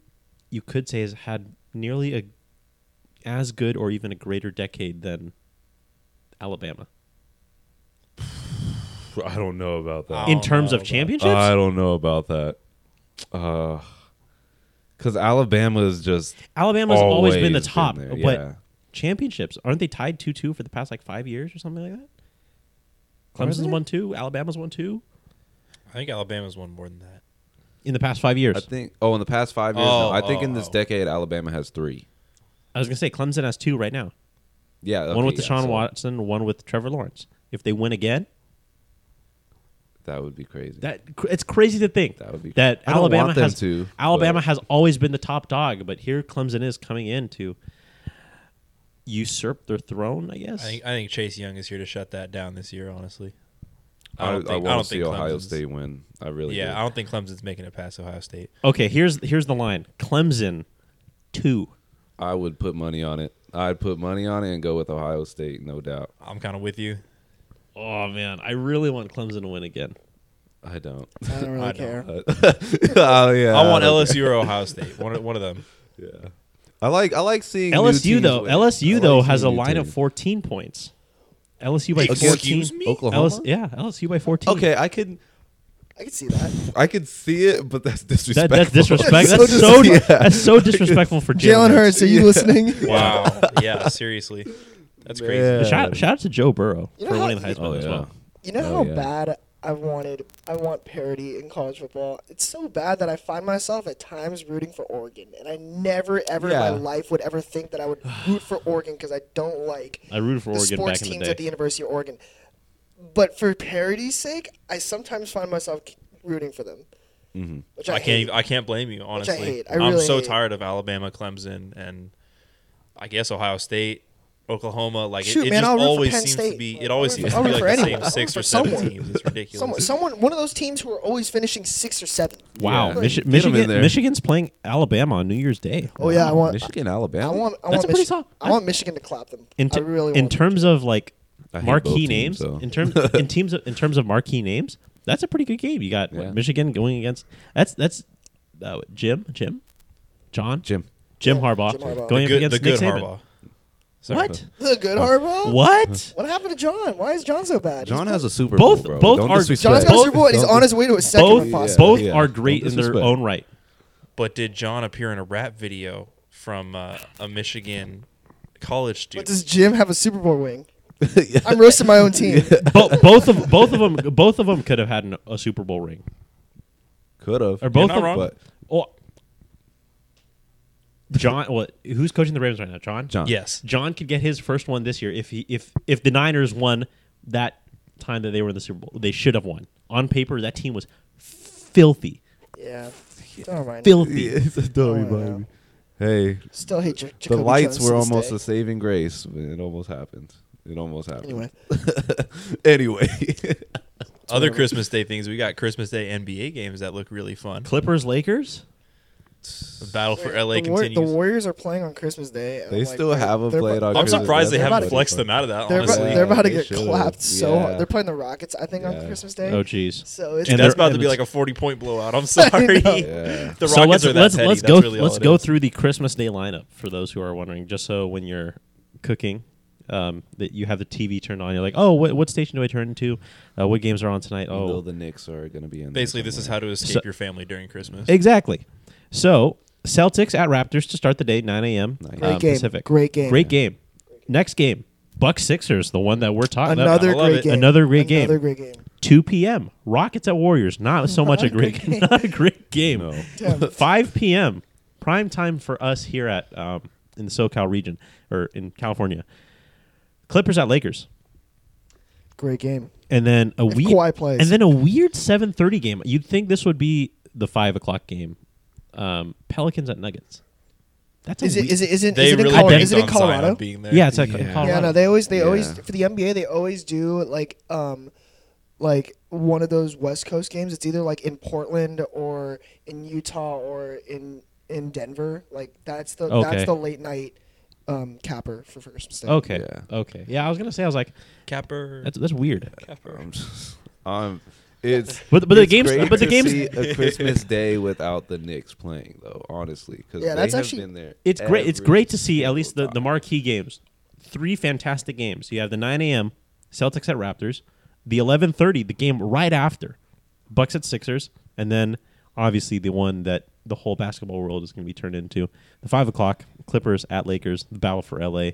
[SPEAKER 1] you could say has had nearly a as good or even a greater decade than Alabama
[SPEAKER 4] I don't know about that.
[SPEAKER 1] in
[SPEAKER 3] don't
[SPEAKER 1] terms
[SPEAKER 3] know
[SPEAKER 1] of
[SPEAKER 3] about-
[SPEAKER 1] championships.
[SPEAKER 4] I don't know about that. Uh, because Alabama is just
[SPEAKER 1] Alabama's always, been the
[SPEAKER 4] always been
[SPEAKER 1] top,
[SPEAKER 4] there,
[SPEAKER 1] but
[SPEAKER 4] yeah.
[SPEAKER 1] championships aren't they tied two two for the past like five years or something like that?
[SPEAKER 4] Are
[SPEAKER 1] Clemson's
[SPEAKER 4] they?
[SPEAKER 1] won two, Alabama's won two
[SPEAKER 3] I think Alabama's won more than that.
[SPEAKER 1] in the past five years.
[SPEAKER 4] I
[SPEAKER 1] I,
[SPEAKER 4] think. Oh, in the past five years,
[SPEAKER 3] Oh,
[SPEAKER 4] no, I think
[SPEAKER 3] oh,
[SPEAKER 4] in this
[SPEAKER 3] oh.
[SPEAKER 4] decade Alabama has three.
[SPEAKER 1] was gonna say Clemson has two right now,
[SPEAKER 4] Yeah,
[SPEAKER 1] one
[SPEAKER 4] okay,
[SPEAKER 1] with
[SPEAKER 4] yeah,
[SPEAKER 1] Deshaun
[SPEAKER 4] so
[SPEAKER 1] Watson, one with Trevor Lawrence. If they win again,
[SPEAKER 4] That would be crazy.
[SPEAKER 1] That cr- it's crazy to think
[SPEAKER 4] That would be-
[SPEAKER 1] that
[SPEAKER 4] I don't
[SPEAKER 1] Alabama
[SPEAKER 4] want them
[SPEAKER 1] has
[SPEAKER 4] to,
[SPEAKER 1] Alabama
[SPEAKER 4] but-
[SPEAKER 1] has always been the top dog, but here Clemson is coming in to usurp their throne. I
[SPEAKER 3] I
[SPEAKER 1] guess
[SPEAKER 3] think, I think Chase Young is here to shut that down this year, honestly.
[SPEAKER 4] I, I,
[SPEAKER 3] don't think-
[SPEAKER 4] want
[SPEAKER 3] don't
[SPEAKER 4] to see
[SPEAKER 3] think
[SPEAKER 4] Ohio
[SPEAKER 3] Clemson's-
[SPEAKER 4] State win. I really.
[SPEAKER 3] Yeah,
[SPEAKER 4] do.
[SPEAKER 3] I don't think Clemson's making it past Ohio State.
[SPEAKER 1] okay, here's here's the line: Clemson two.
[SPEAKER 4] I would put money on it. I'd put money on it and go with Ohio State, no doubt.
[SPEAKER 3] I'm kind of with you.
[SPEAKER 1] Oh man, I really want Clemson to win again.
[SPEAKER 4] I don't.
[SPEAKER 2] I don't really
[SPEAKER 3] I don't.
[SPEAKER 2] care.
[SPEAKER 4] oh yeah.
[SPEAKER 3] I want
[SPEAKER 4] don't
[SPEAKER 3] LSU or Ohio State. One, of- one of them.
[SPEAKER 4] care. Yeah. I like I like seeing new
[SPEAKER 1] LSU
[SPEAKER 4] teams
[SPEAKER 1] though,
[SPEAKER 4] win. I
[SPEAKER 1] LSU
[SPEAKER 4] like
[SPEAKER 1] though
[SPEAKER 4] seeing
[SPEAKER 1] has a
[SPEAKER 4] new
[SPEAKER 1] line of
[SPEAKER 4] teams.
[SPEAKER 1] fourteen points. LSU by
[SPEAKER 3] Excuse
[SPEAKER 1] fourteen.
[SPEAKER 3] me?
[SPEAKER 4] Oklahoma.
[SPEAKER 1] LS, yeah, LSU by fourteen.
[SPEAKER 4] Okay, I could
[SPEAKER 2] I can see that.
[SPEAKER 4] I could see it, but that's
[SPEAKER 1] That,
[SPEAKER 4] disrespectful.
[SPEAKER 1] that's disrespect.
[SPEAKER 2] So
[SPEAKER 1] That's so
[SPEAKER 4] dis- yeah.
[SPEAKER 1] that's so disrespectful for
[SPEAKER 2] Jalen Hurts, are you listening?
[SPEAKER 3] Wow. yeah, seriously. That's crazy.
[SPEAKER 4] Man.
[SPEAKER 1] Shout, shout out to Joe Burrow
[SPEAKER 2] You know
[SPEAKER 1] for
[SPEAKER 2] how-
[SPEAKER 1] winning the Heisman
[SPEAKER 4] Oh
[SPEAKER 1] as
[SPEAKER 4] yeah.
[SPEAKER 1] well.
[SPEAKER 2] You know
[SPEAKER 4] Oh,
[SPEAKER 2] how
[SPEAKER 4] yeah.
[SPEAKER 2] bad I wanted I want parity in college football. It's so bad that I find myself at times rooting for Oregon, and I never ever
[SPEAKER 4] Yeah.
[SPEAKER 2] in my life would ever think that I would root for Oregon because I don't like
[SPEAKER 1] I rooted for
[SPEAKER 2] the
[SPEAKER 1] Oregon
[SPEAKER 2] sports
[SPEAKER 1] back in the
[SPEAKER 2] teams
[SPEAKER 1] day.
[SPEAKER 2] at the University of Oregon. But for parity's sake, I sometimes find myself k- rooting for them,
[SPEAKER 1] Mm-hmm.
[SPEAKER 2] which I,
[SPEAKER 3] I,
[SPEAKER 2] hate.
[SPEAKER 3] can't. I can't blame you. Honestly,
[SPEAKER 2] hate. I
[SPEAKER 3] am
[SPEAKER 2] really
[SPEAKER 3] so
[SPEAKER 2] hate.
[SPEAKER 3] tired of Alabama, Clemson, and I guess Ohio State, Oklahoma. Like
[SPEAKER 2] Shoot,
[SPEAKER 3] it, it
[SPEAKER 2] man,
[SPEAKER 3] just
[SPEAKER 2] I'll root for
[SPEAKER 3] always
[SPEAKER 2] Penn
[SPEAKER 3] seems to
[SPEAKER 2] State.
[SPEAKER 3] be. It always
[SPEAKER 2] I'll
[SPEAKER 3] seems to
[SPEAKER 2] root for
[SPEAKER 3] be like the
[SPEAKER 2] anyone.
[SPEAKER 3] same
[SPEAKER 2] I'll
[SPEAKER 3] six
[SPEAKER 2] root
[SPEAKER 3] or
[SPEAKER 2] for
[SPEAKER 3] seven
[SPEAKER 2] someone.
[SPEAKER 3] teams. It's ridiculous.
[SPEAKER 2] Someone, someone, one of those teams who are always finishing sixth or seventh.
[SPEAKER 1] Wow,
[SPEAKER 4] Yeah.
[SPEAKER 1] Michi-
[SPEAKER 4] Get 'em in
[SPEAKER 1] Michigan,
[SPEAKER 4] there.
[SPEAKER 1] Michigan's playing Alabama on New Year's Day.
[SPEAKER 2] Oh yeah, I want.
[SPEAKER 4] Michigan, Alabama.
[SPEAKER 2] I want. I
[SPEAKER 1] That's
[SPEAKER 2] want,
[SPEAKER 1] a pretty
[SPEAKER 2] Michi-
[SPEAKER 1] solid-
[SPEAKER 2] I want Michigan to clap them.
[SPEAKER 1] In, t-
[SPEAKER 2] I really
[SPEAKER 1] in
[SPEAKER 2] want
[SPEAKER 1] terms of like
[SPEAKER 4] I hate both
[SPEAKER 1] marquee
[SPEAKER 4] teams,
[SPEAKER 1] names,
[SPEAKER 4] so.
[SPEAKER 1] in terms in teams of, in terms of marquee names, that's a pretty good game. You got what,
[SPEAKER 4] Yeah.
[SPEAKER 1] Michigan going against that's that's uh, Jim Jim John
[SPEAKER 4] Jim.
[SPEAKER 1] Jim
[SPEAKER 2] Yeah,
[SPEAKER 1] Harbaugh,
[SPEAKER 2] Jim Harbaugh.
[SPEAKER 1] going
[SPEAKER 3] The
[SPEAKER 1] up against
[SPEAKER 3] good, the good
[SPEAKER 1] Nick Saban.
[SPEAKER 3] Harbaugh. Sorry.
[SPEAKER 1] What?
[SPEAKER 2] the good Harbaugh.
[SPEAKER 1] Oh, What?
[SPEAKER 2] What happened to John? Why is John so bad?
[SPEAKER 4] John
[SPEAKER 2] He's-
[SPEAKER 4] has a Super
[SPEAKER 1] Both-
[SPEAKER 4] Bowl, bro.
[SPEAKER 1] both
[SPEAKER 4] Don't
[SPEAKER 1] are-
[SPEAKER 4] disrespect.
[SPEAKER 2] John's got a
[SPEAKER 1] Both-
[SPEAKER 2] Super Bowl. and He's
[SPEAKER 4] Don't-
[SPEAKER 2] on his way to his second.
[SPEAKER 1] Both
[SPEAKER 2] if
[SPEAKER 4] Yeah.
[SPEAKER 2] possible.
[SPEAKER 1] both
[SPEAKER 4] Yeah.
[SPEAKER 1] are great
[SPEAKER 4] Don't
[SPEAKER 1] in their
[SPEAKER 4] disrespect.
[SPEAKER 1] own right.
[SPEAKER 3] But did John appear in a rap video from uh, a Michigan college
[SPEAKER 2] But
[SPEAKER 3] student?
[SPEAKER 2] does Jim have a Super Bowl wing? I'm roasting my own team.
[SPEAKER 1] Bo- both of both of them both of them could have had an, a Super Bowl ring.
[SPEAKER 4] Could have.
[SPEAKER 1] Or both
[SPEAKER 3] not
[SPEAKER 1] of
[SPEAKER 3] wrong.
[SPEAKER 4] But
[SPEAKER 1] Oh, John, what? Who's coaching the Ravens right now? John.
[SPEAKER 4] John.
[SPEAKER 3] yes.
[SPEAKER 1] John could get his first one this year if he if if the Niners won that time that they were in the Super Bowl. They should have won. On paper, that team was filthy,
[SPEAKER 2] Yeah. Don't mind.
[SPEAKER 1] filthy.
[SPEAKER 4] Yeah, it's a dummy,
[SPEAKER 2] Oh, yeah.
[SPEAKER 4] baby. Hey,
[SPEAKER 2] Still hate J-
[SPEAKER 4] the
[SPEAKER 2] Jacoby
[SPEAKER 4] lights
[SPEAKER 2] Jones
[SPEAKER 4] were
[SPEAKER 2] to this
[SPEAKER 4] almost
[SPEAKER 2] day.
[SPEAKER 4] a saving grace. but It almost happened. It almost happened.
[SPEAKER 2] Anyway,
[SPEAKER 4] anyway.
[SPEAKER 3] Other Christmas Day things. We got Christmas Day NBA games that look really fun.
[SPEAKER 1] Clippers, Lakers.
[SPEAKER 3] The battle for LA
[SPEAKER 2] the, War- the
[SPEAKER 3] continues.
[SPEAKER 2] Warriors are playing on Christmas Day. and
[SPEAKER 4] They
[SPEAKER 2] I'm like,
[SPEAKER 4] still
[SPEAKER 2] wait,
[SPEAKER 4] haven't
[SPEAKER 2] they're
[SPEAKER 4] played
[SPEAKER 2] bu-
[SPEAKER 4] on
[SPEAKER 3] I'm
[SPEAKER 4] Christmas.
[SPEAKER 3] surprised they
[SPEAKER 2] They're
[SPEAKER 3] haven't
[SPEAKER 2] about-
[SPEAKER 3] flexed them out of that.
[SPEAKER 2] They're about,
[SPEAKER 3] Honestly,
[SPEAKER 2] they're about to
[SPEAKER 4] They
[SPEAKER 2] get
[SPEAKER 4] should've.
[SPEAKER 2] clapped so hard.
[SPEAKER 4] Yeah.
[SPEAKER 2] They're playing the Rockets, I think, on
[SPEAKER 4] Yeah.
[SPEAKER 2] Christmas Day.
[SPEAKER 1] Oh, jeez.
[SPEAKER 2] So it's
[SPEAKER 1] And
[SPEAKER 3] that's
[SPEAKER 1] they're-
[SPEAKER 3] about to
[SPEAKER 1] and
[SPEAKER 3] be
[SPEAKER 1] it's-
[SPEAKER 3] like a 40 point blowout. I'm sorry.
[SPEAKER 2] know.
[SPEAKER 4] Yeah.
[SPEAKER 3] The Rockets
[SPEAKER 1] so let's
[SPEAKER 3] are that
[SPEAKER 1] let's
[SPEAKER 3] petty.
[SPEAKER 1] let's
[SPEAKER 3] That's
[SPEAKER 1] go
[SPEAKER 3] really all
[SPEAKER 1] let's
[SPEAKER 3] it
[SPEAKER 1] go
[SPEAKER 3] is.
[SPEAKER 1] through the Christmas Day lineup for those who are wondering. Just so when you're cooking, um, that you have the TV turned on, you're like, oh, what, what station do I turn to? Uh, what games are on tonight?
[SPEAKER 4] You know
[SPEAKER 1] Oh,
[SPEAKER 4] the Knicks are going to be in. there
[SPEAKER 3] Basically, this is
[SPEAKER 4] somewhere.
[SPEAKER 3] how to escape
[SPEAKER 1] So-
[SPEAKER 3] your family during Christmas.
[SPEAKER 1] Exactly. So Celtics at Raptors to start the day, 9 a.m.
[SPEAKER 4] Nice.
[SPEAKER 1] um,
[SPEAKER 4] Great
[SPEAKER 2] game.
[SPEAKER 1] Pacific.
[SPEAKER 2] Great game.
[SPEAKER 1] Great game. Next game, Bucks Sixers, the one that we're talking
[SPEAKER 2] another
[SPEAKER 3] I love
[SPEAKER 2] great
[SPEAKER 3] it.
[SPEAKER 2] game.
[SPEAKER 1] Another great game.
[SPEAKER 2] Another great game.
[SPEAKER 1] 2 p.m. Rockets at Warriors. Not so much a great, not a great game.
[SPEAKER 4] No.
[SPEAKER 2] Damn.
[SPEAKER 1] 5 p.m. Prime time for us here at um, in the SoCal region or in California. Clippers at Lakers,
[SPEAKER 2] Great game.
[SPEAKER 1] and then a
[SPEAKER 2] If
[SPEAKER 1] week.
[SPEAKER 2] Kawhi plays.
[SPEAKER 1] and then a weird 7:30 game. You'd think this would be the five o'clock game. Um, Pelicans at Nuggets. That's a
[SPEAKER 2] Is it?
[SPEAKER 1] weird-
[SPEAKER 2] Is it? Is it?
[SPEAKER 3] They
[SPEAKER 2] Is it in,
[SPEAKER 3] really
[SPEAKER 2] Colo-
[SPEAKER 1] banked
[SPEAKER 2] is it in
[SPEAKER 3] on Zion
[SPEAKER 2] Colorado?
[SPEAKER 3] being there.
[SPEAKER 1] Yeah, it's at
[SPEAKER 4] Yeah.
[SPEAKER 1] Colorado.
[SPEAKER 2] Yeah, no, they always they
[SPEAKER 4] Yeah.
[SPEAKER 2] always for the NBA they always do like um like one of those West Coast games. It's either like in Portland or in Utah or in in Denver. Like that's the
[SPEAKER 1] Okay.
[SPEAKER 2] that's the late night um capper for Christmas Day.
[SPEAKER 1] okay,
[SPEAKER 4] Yeah.
[SPEAKER 1] okay, yeah. I was gonna say, I was like,
[SPEAKER 3] Capper.
[SPEAKER 1] that's that's weird.
[SPEAKER 3] Capper.
[SPEAKER 4] I'm just, I'm, it's
[SPEAKER 1] But- but the
[SPEAKER 4] it's
[SPEAKER 1] games-
[SPEAKER 4] great
[SPEAKER 1] but the
[SPEAKER 4] to
[SPEAKER 1] games-
[SPEAKER 4] see a Christmas day without the Knicks playing though, honestly, because
[SPEAKER 2] Yeah,
[SPEAKER 4] they
[SPEAKER 2] that's
[SPEAKER 4] have
[SPEAKER 2] actually-
[SPEAKER 4] been there.
[SPEAKER 1] It's great. It's
[SPEAKER 4] every
[SPEAKER 1] great to see at
[SPEAKER 4] single
[SPEAKER 1] least the, the
[SPEAKER 4] time.
[SPEAKER 1] marquee games. Three fantastic games. You have the 9 a.m. Celtics at Raptors, the 11:30, the game right after, Bucks at Sixers, and then obviously the one that the whole basketball world is going to be turned into, the five o'clock Clippers at Lakers, the battle for LA.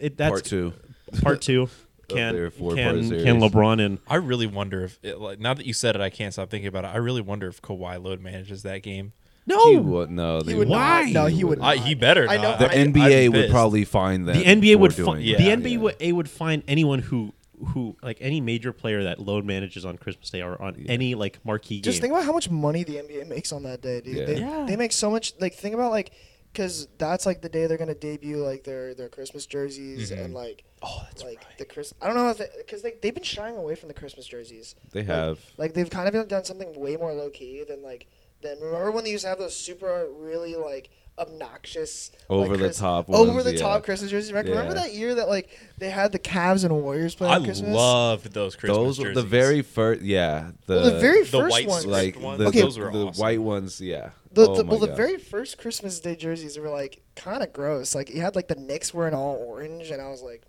[SPEAKER 1] It, that's
[SPEAKER 4] part two.
[SPEAKER 1] Part two.
[SPEAKER 4] Of
[SPEAKER 1] Can
[SPEAKER 4] their four-part
[SPEAKER 1] can,
[SPEAKER 4] series.
[SPEAKER 1] can LeBron and
[SPEAKER 3] I really wonder if, it, like, now that you said it, I can't stop thinking about it. I really wonder if Kawhi Load manages that game.
[SPEAKER 4] He
[SPEAKER 1] no
[SPEAKER 4] would no. They
[SPEAKER 2] would
[SPEAKER 4] wouldn't.
[SPEAKER 1] Why?
[SPEAKER 2] Not. No, he would.
[SPEAKER 3] I,
[SPEAKER 2] not.
[SPEAKER 3] he better.
[SPEAKER 2] I know-
[SPEAKER 3] Oh, not.
[SPEAKER 4] The
[SPEAKER 3] I- I'd be
[SPEAKER 4] NBA would
[SPEAKER 3] pissed.
[SPEAKER 4] probably find that
[SPEAKER 1] the NBA would
[SPEAKER 4] find
[SPEAKER 1] find
[SPEAKER 3] yeah.
[SPEAKER 1] the NBA would, a would find anyone who who like any major player that load manages on Christmas Day or on any like marquee
[SPEAKER 2] Just
[SPEAKER 1] game.
[SPEAKER 2] think about how much money the NBA makes on that day, dude.
[SPEAKER 4] Yeah.
[SPEAKER 2] They,
[SPEAKER 1] Yeah.
[SPEAKER 2] they make so much. Like think about like because that's like the day they're gonna debut like their their Christmas jerseys
[SPEAKER 4] Mm-hmm.
[SPEAKER 2] and like
[SPEAKER 3] Oh, that's
[SPEAKER 2] like
[SPEAKER 3] right.
[SPEAKER 2] the Chris. I don't know if because they they've been shying away from the Christmas jerseys.
[SPEAKER 4] They have.
[SPEAKER 2] Like they've kind of done something way more low key than like than remember when they used to have those super really like obnoxious like,
[SPEAKER 4] Over the top ones,
[SPEAKER 2] over the
[SPEAKER 4] yeah.
[SPEAKER 2] top Christmas jerseys. Remember, remember
[SPEAKER 4] Yeah.
[SPEAKER 2] that year that like they had the Cavs and Warriors playing
[SPEAKER 3] I
[SPEAKER 2] Christmas.
[SPEAKER 3] loved those Christmas
[SPEAKER 4] Those were
[SPEAKER 3] jerseys.
[SPEAKER 4] the very first. Yeah. The,
[SPEAKER 2] well, the very
[SPEAKER 3] the
[SPEAKER 2] first
[SPEAKER 3] white
[SPEAKER 2] ones,
[SPEAKER 4] like
[SPEAKER 3] ones,
[SPEAKER 4] the,
[SPEAKER 2] okay.
[SPEAKER 4] the,
[SPEAKER 3] those were
[SPEAKER 4] the
[SPEAKER 3] awesome.
[SPEAKER 4] white ones. Yeah.
[SPEAKER 2] the,
[SPEAKER 4] Oh
[SPEAKER 2] the,
[SPEAKER 4] my
[SPEAKER 2] well, the
[SPEAKER 4] God.
[SPEAKER 2] very first Christmas Day jerseys were like kind of gross. Like you had like the Knicks wearing all orange, and I was like,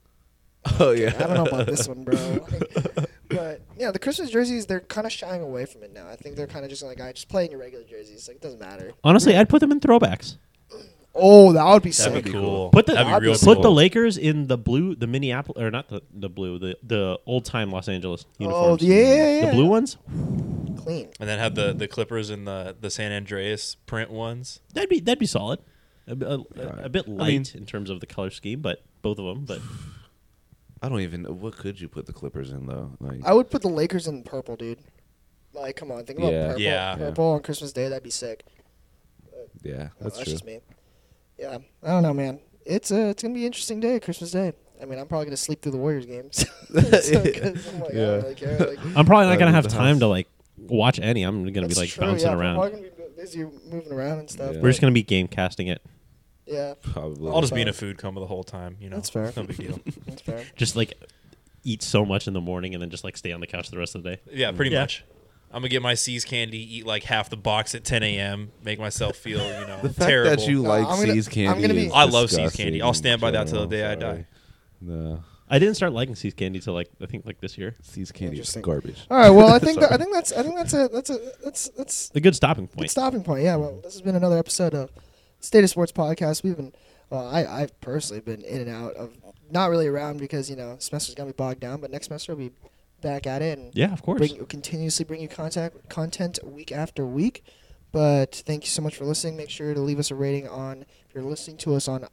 [SPEAKER 4] Oh
[SPEAKER 2] I
[SPEAKER 4] yeah.
[SPEAKER 2] don't know about this one, bro. Like, but yeah, the Christmas jerseys they're kind of shying away from it now. I think they're kind of just like, I just play in your regular jerseys. Like it doesn't matter.
[SPEAKER 1] Honestly, I'd put them in throwbacks.
[SPEAKER 2] Oh, that would be
[SPEAKER 3] That'd
[SPEAKER 2] sick.
[SPEAKER 3] be cool.
[SPEAKER 1] Put the
[SPEAKER 3] That'd be
[SPEAKER 2] I'd be
[SPEAKER 3] real
[SPEAKER 2] sick.
[SPEAKER 1] put
[SPEAKER 3] cool.
[SPEAKER 1] the Lakers in the blue, the Minneapolis, or not the, the blue, the, the old time Los Angeles uniforms.
[SPEAKER 2] Oh, yeah, yeah, yeah.
[SPEAKER 1] The blue ones?
[SPEAKER 2] Clean.
[SPEAKER 3] and then have the the Clippers and the the San Andreas print ones.
[SPEAKER 1] That'd be that'd be solid. A, b- a- a- a bit light
[SPEAKER 3] mean-
[SPEAKER 1] in terms of the color scheme, but both of them. But
[SPEAKER 4] I don't even know what could you put the Clippers in though. Like,
[SPEAKER 2] I would put the Lakers in purple, dude. Like, come on, think about
[SPEAKER 4] Yeah.
[SPEAKER 2] purple.
[SPEAKER 3] Yeah.
[SPEAKER 2] Purple on Christmas Day, that'd be sick.
[SPEAKER 4] yeah,
[SPEAKER 2] No, that's,
[SPEAKER 4] that's true.
[SPEAKER 2] just me. Yeah, I don't know, man. It's uh, it's gonna be an interesting day, Christmas Day. I mean, I'm probably gonna sleep through the Warriors games. so, 'cause I'm like, I
[SPEAKER 4] Yeah.
[SPEAKER 2] don't really care. Like,
[SPEAKER 1] I'm probably not
[SPEAKER 4] Right,
[SPEAKER 1] gonna
[SPEAKER 4] leave
[SPEAKER 1] have
[SPEAKER 4] the
[SPEAKER 1] time
[SPEAKER 4] house.
[SPEAKER 1] to like watch any. I'm gonna
[SPEAKER 2] that's
[SPEAKER 1] be like
[SPEAKER 2] true,
[SPEAKER 1] bouncing
[SPEAKER 2] yeah,
[SPEAKER 1] around.
[SPEAKER 2] I'm probably gonna be busy moving around and stuff.
[SPEAKER 4] Yeah.
[SPEAKER 1] We're just gonna be game casting it,
[SPEAKER 2] Yeah,
[SPEAKER 4] Probably.
[SPEAKER 3] I'll just be in a food coma the whole time. You know,
[SPEAKER 2] That's fair.
[SPEAKER 3] No big deal.
[SPEAKER 2] that's fair.
[SPEAKER 1] just like eat so much in the morning and then just like stay on the couch the rest of the day.
[SPEAKER 3] Yeah, pretty
[SPEAKER 1] Yeah.
[SPEAKER 3] much. I'm gonna get my C's candy, eat like half the box at 10 a.m., make myself feel you know
[SPEAKER 4] the fact
[SPEAKER 3] terrible.
[SPEAKER 4] that you
[SPEAKER 2] No,
[SPEAKER 4] like
[SPEAKER 2] I'm gonna-
[SPEAKER 4] C's
[SPEAKER 2] I'm
[SPEAKER 4] candy.
[SPEAKER 2] gonna be-
[SPEAKER 4] is
[SPEAKER 3] I love See's
[SPEAKER 4] disgusting
[SPEAKER 3] candy. I'll
[SPEAKER 4] in
[SPEAKER 3] stand by that till the
[SPEAKER 4] general,
[SPEAKER 3] day I
[SPEAKER 4] sorry.
[SPEAKER 3] die.
[SPEAKER 4] No,
[SPEAKER 1] I didn't start liking See's candy till like I think like this year.
[SPEAKER 4] C's candy is
[SPEAKER 2] Interesting.
[SPEAKER 4] garbage.
[SPEAKER 2] All right. Well, I think
[SPEAKER 4] Sorry.
[SPEAKER 2] that, I think that's I think that's a that's a that's that's
[SPEAKER 1] A good stopping
[SPEAKER 2] good
[SPEAKER 1] point.
[SPEAKER 2] stopping point. Yeah. Well, this has been another episode of State of Sports podcast. We've been, well, I I've personally been in and out of not really around because you know semester's gonna be bogged down, but next semester we'll be back at it and
[SPEAKER 1] Yeah, of course.
[SPEAKER 2] bring, continuously bring you contact content week after week. But thank you so much for listening. Make sure to leave us a rating on if you're listening to us on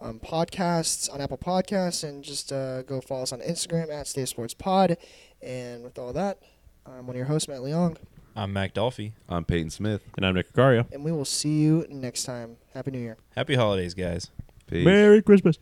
[SPEAKER 2] um, podcasts on Apple Podcasts, and just uh, go follow us on Instagram at State of Sports Pod. And with all that, I'm one of your hosts, Matt Leong,
[SPEAKER 3] I'm Mac Dolphy.
[SPEAKER 4] I'm Peyton Smith.
[SPEAKER 1] And I'm Nick Cario.
[SPEAKER 2] and we will see you next time. Happy New Year.
[SPEAKER 3] Happy holidays, guys.
[SPEAKER 4] Peace.
[SPEAKER 1] Merry Christmas.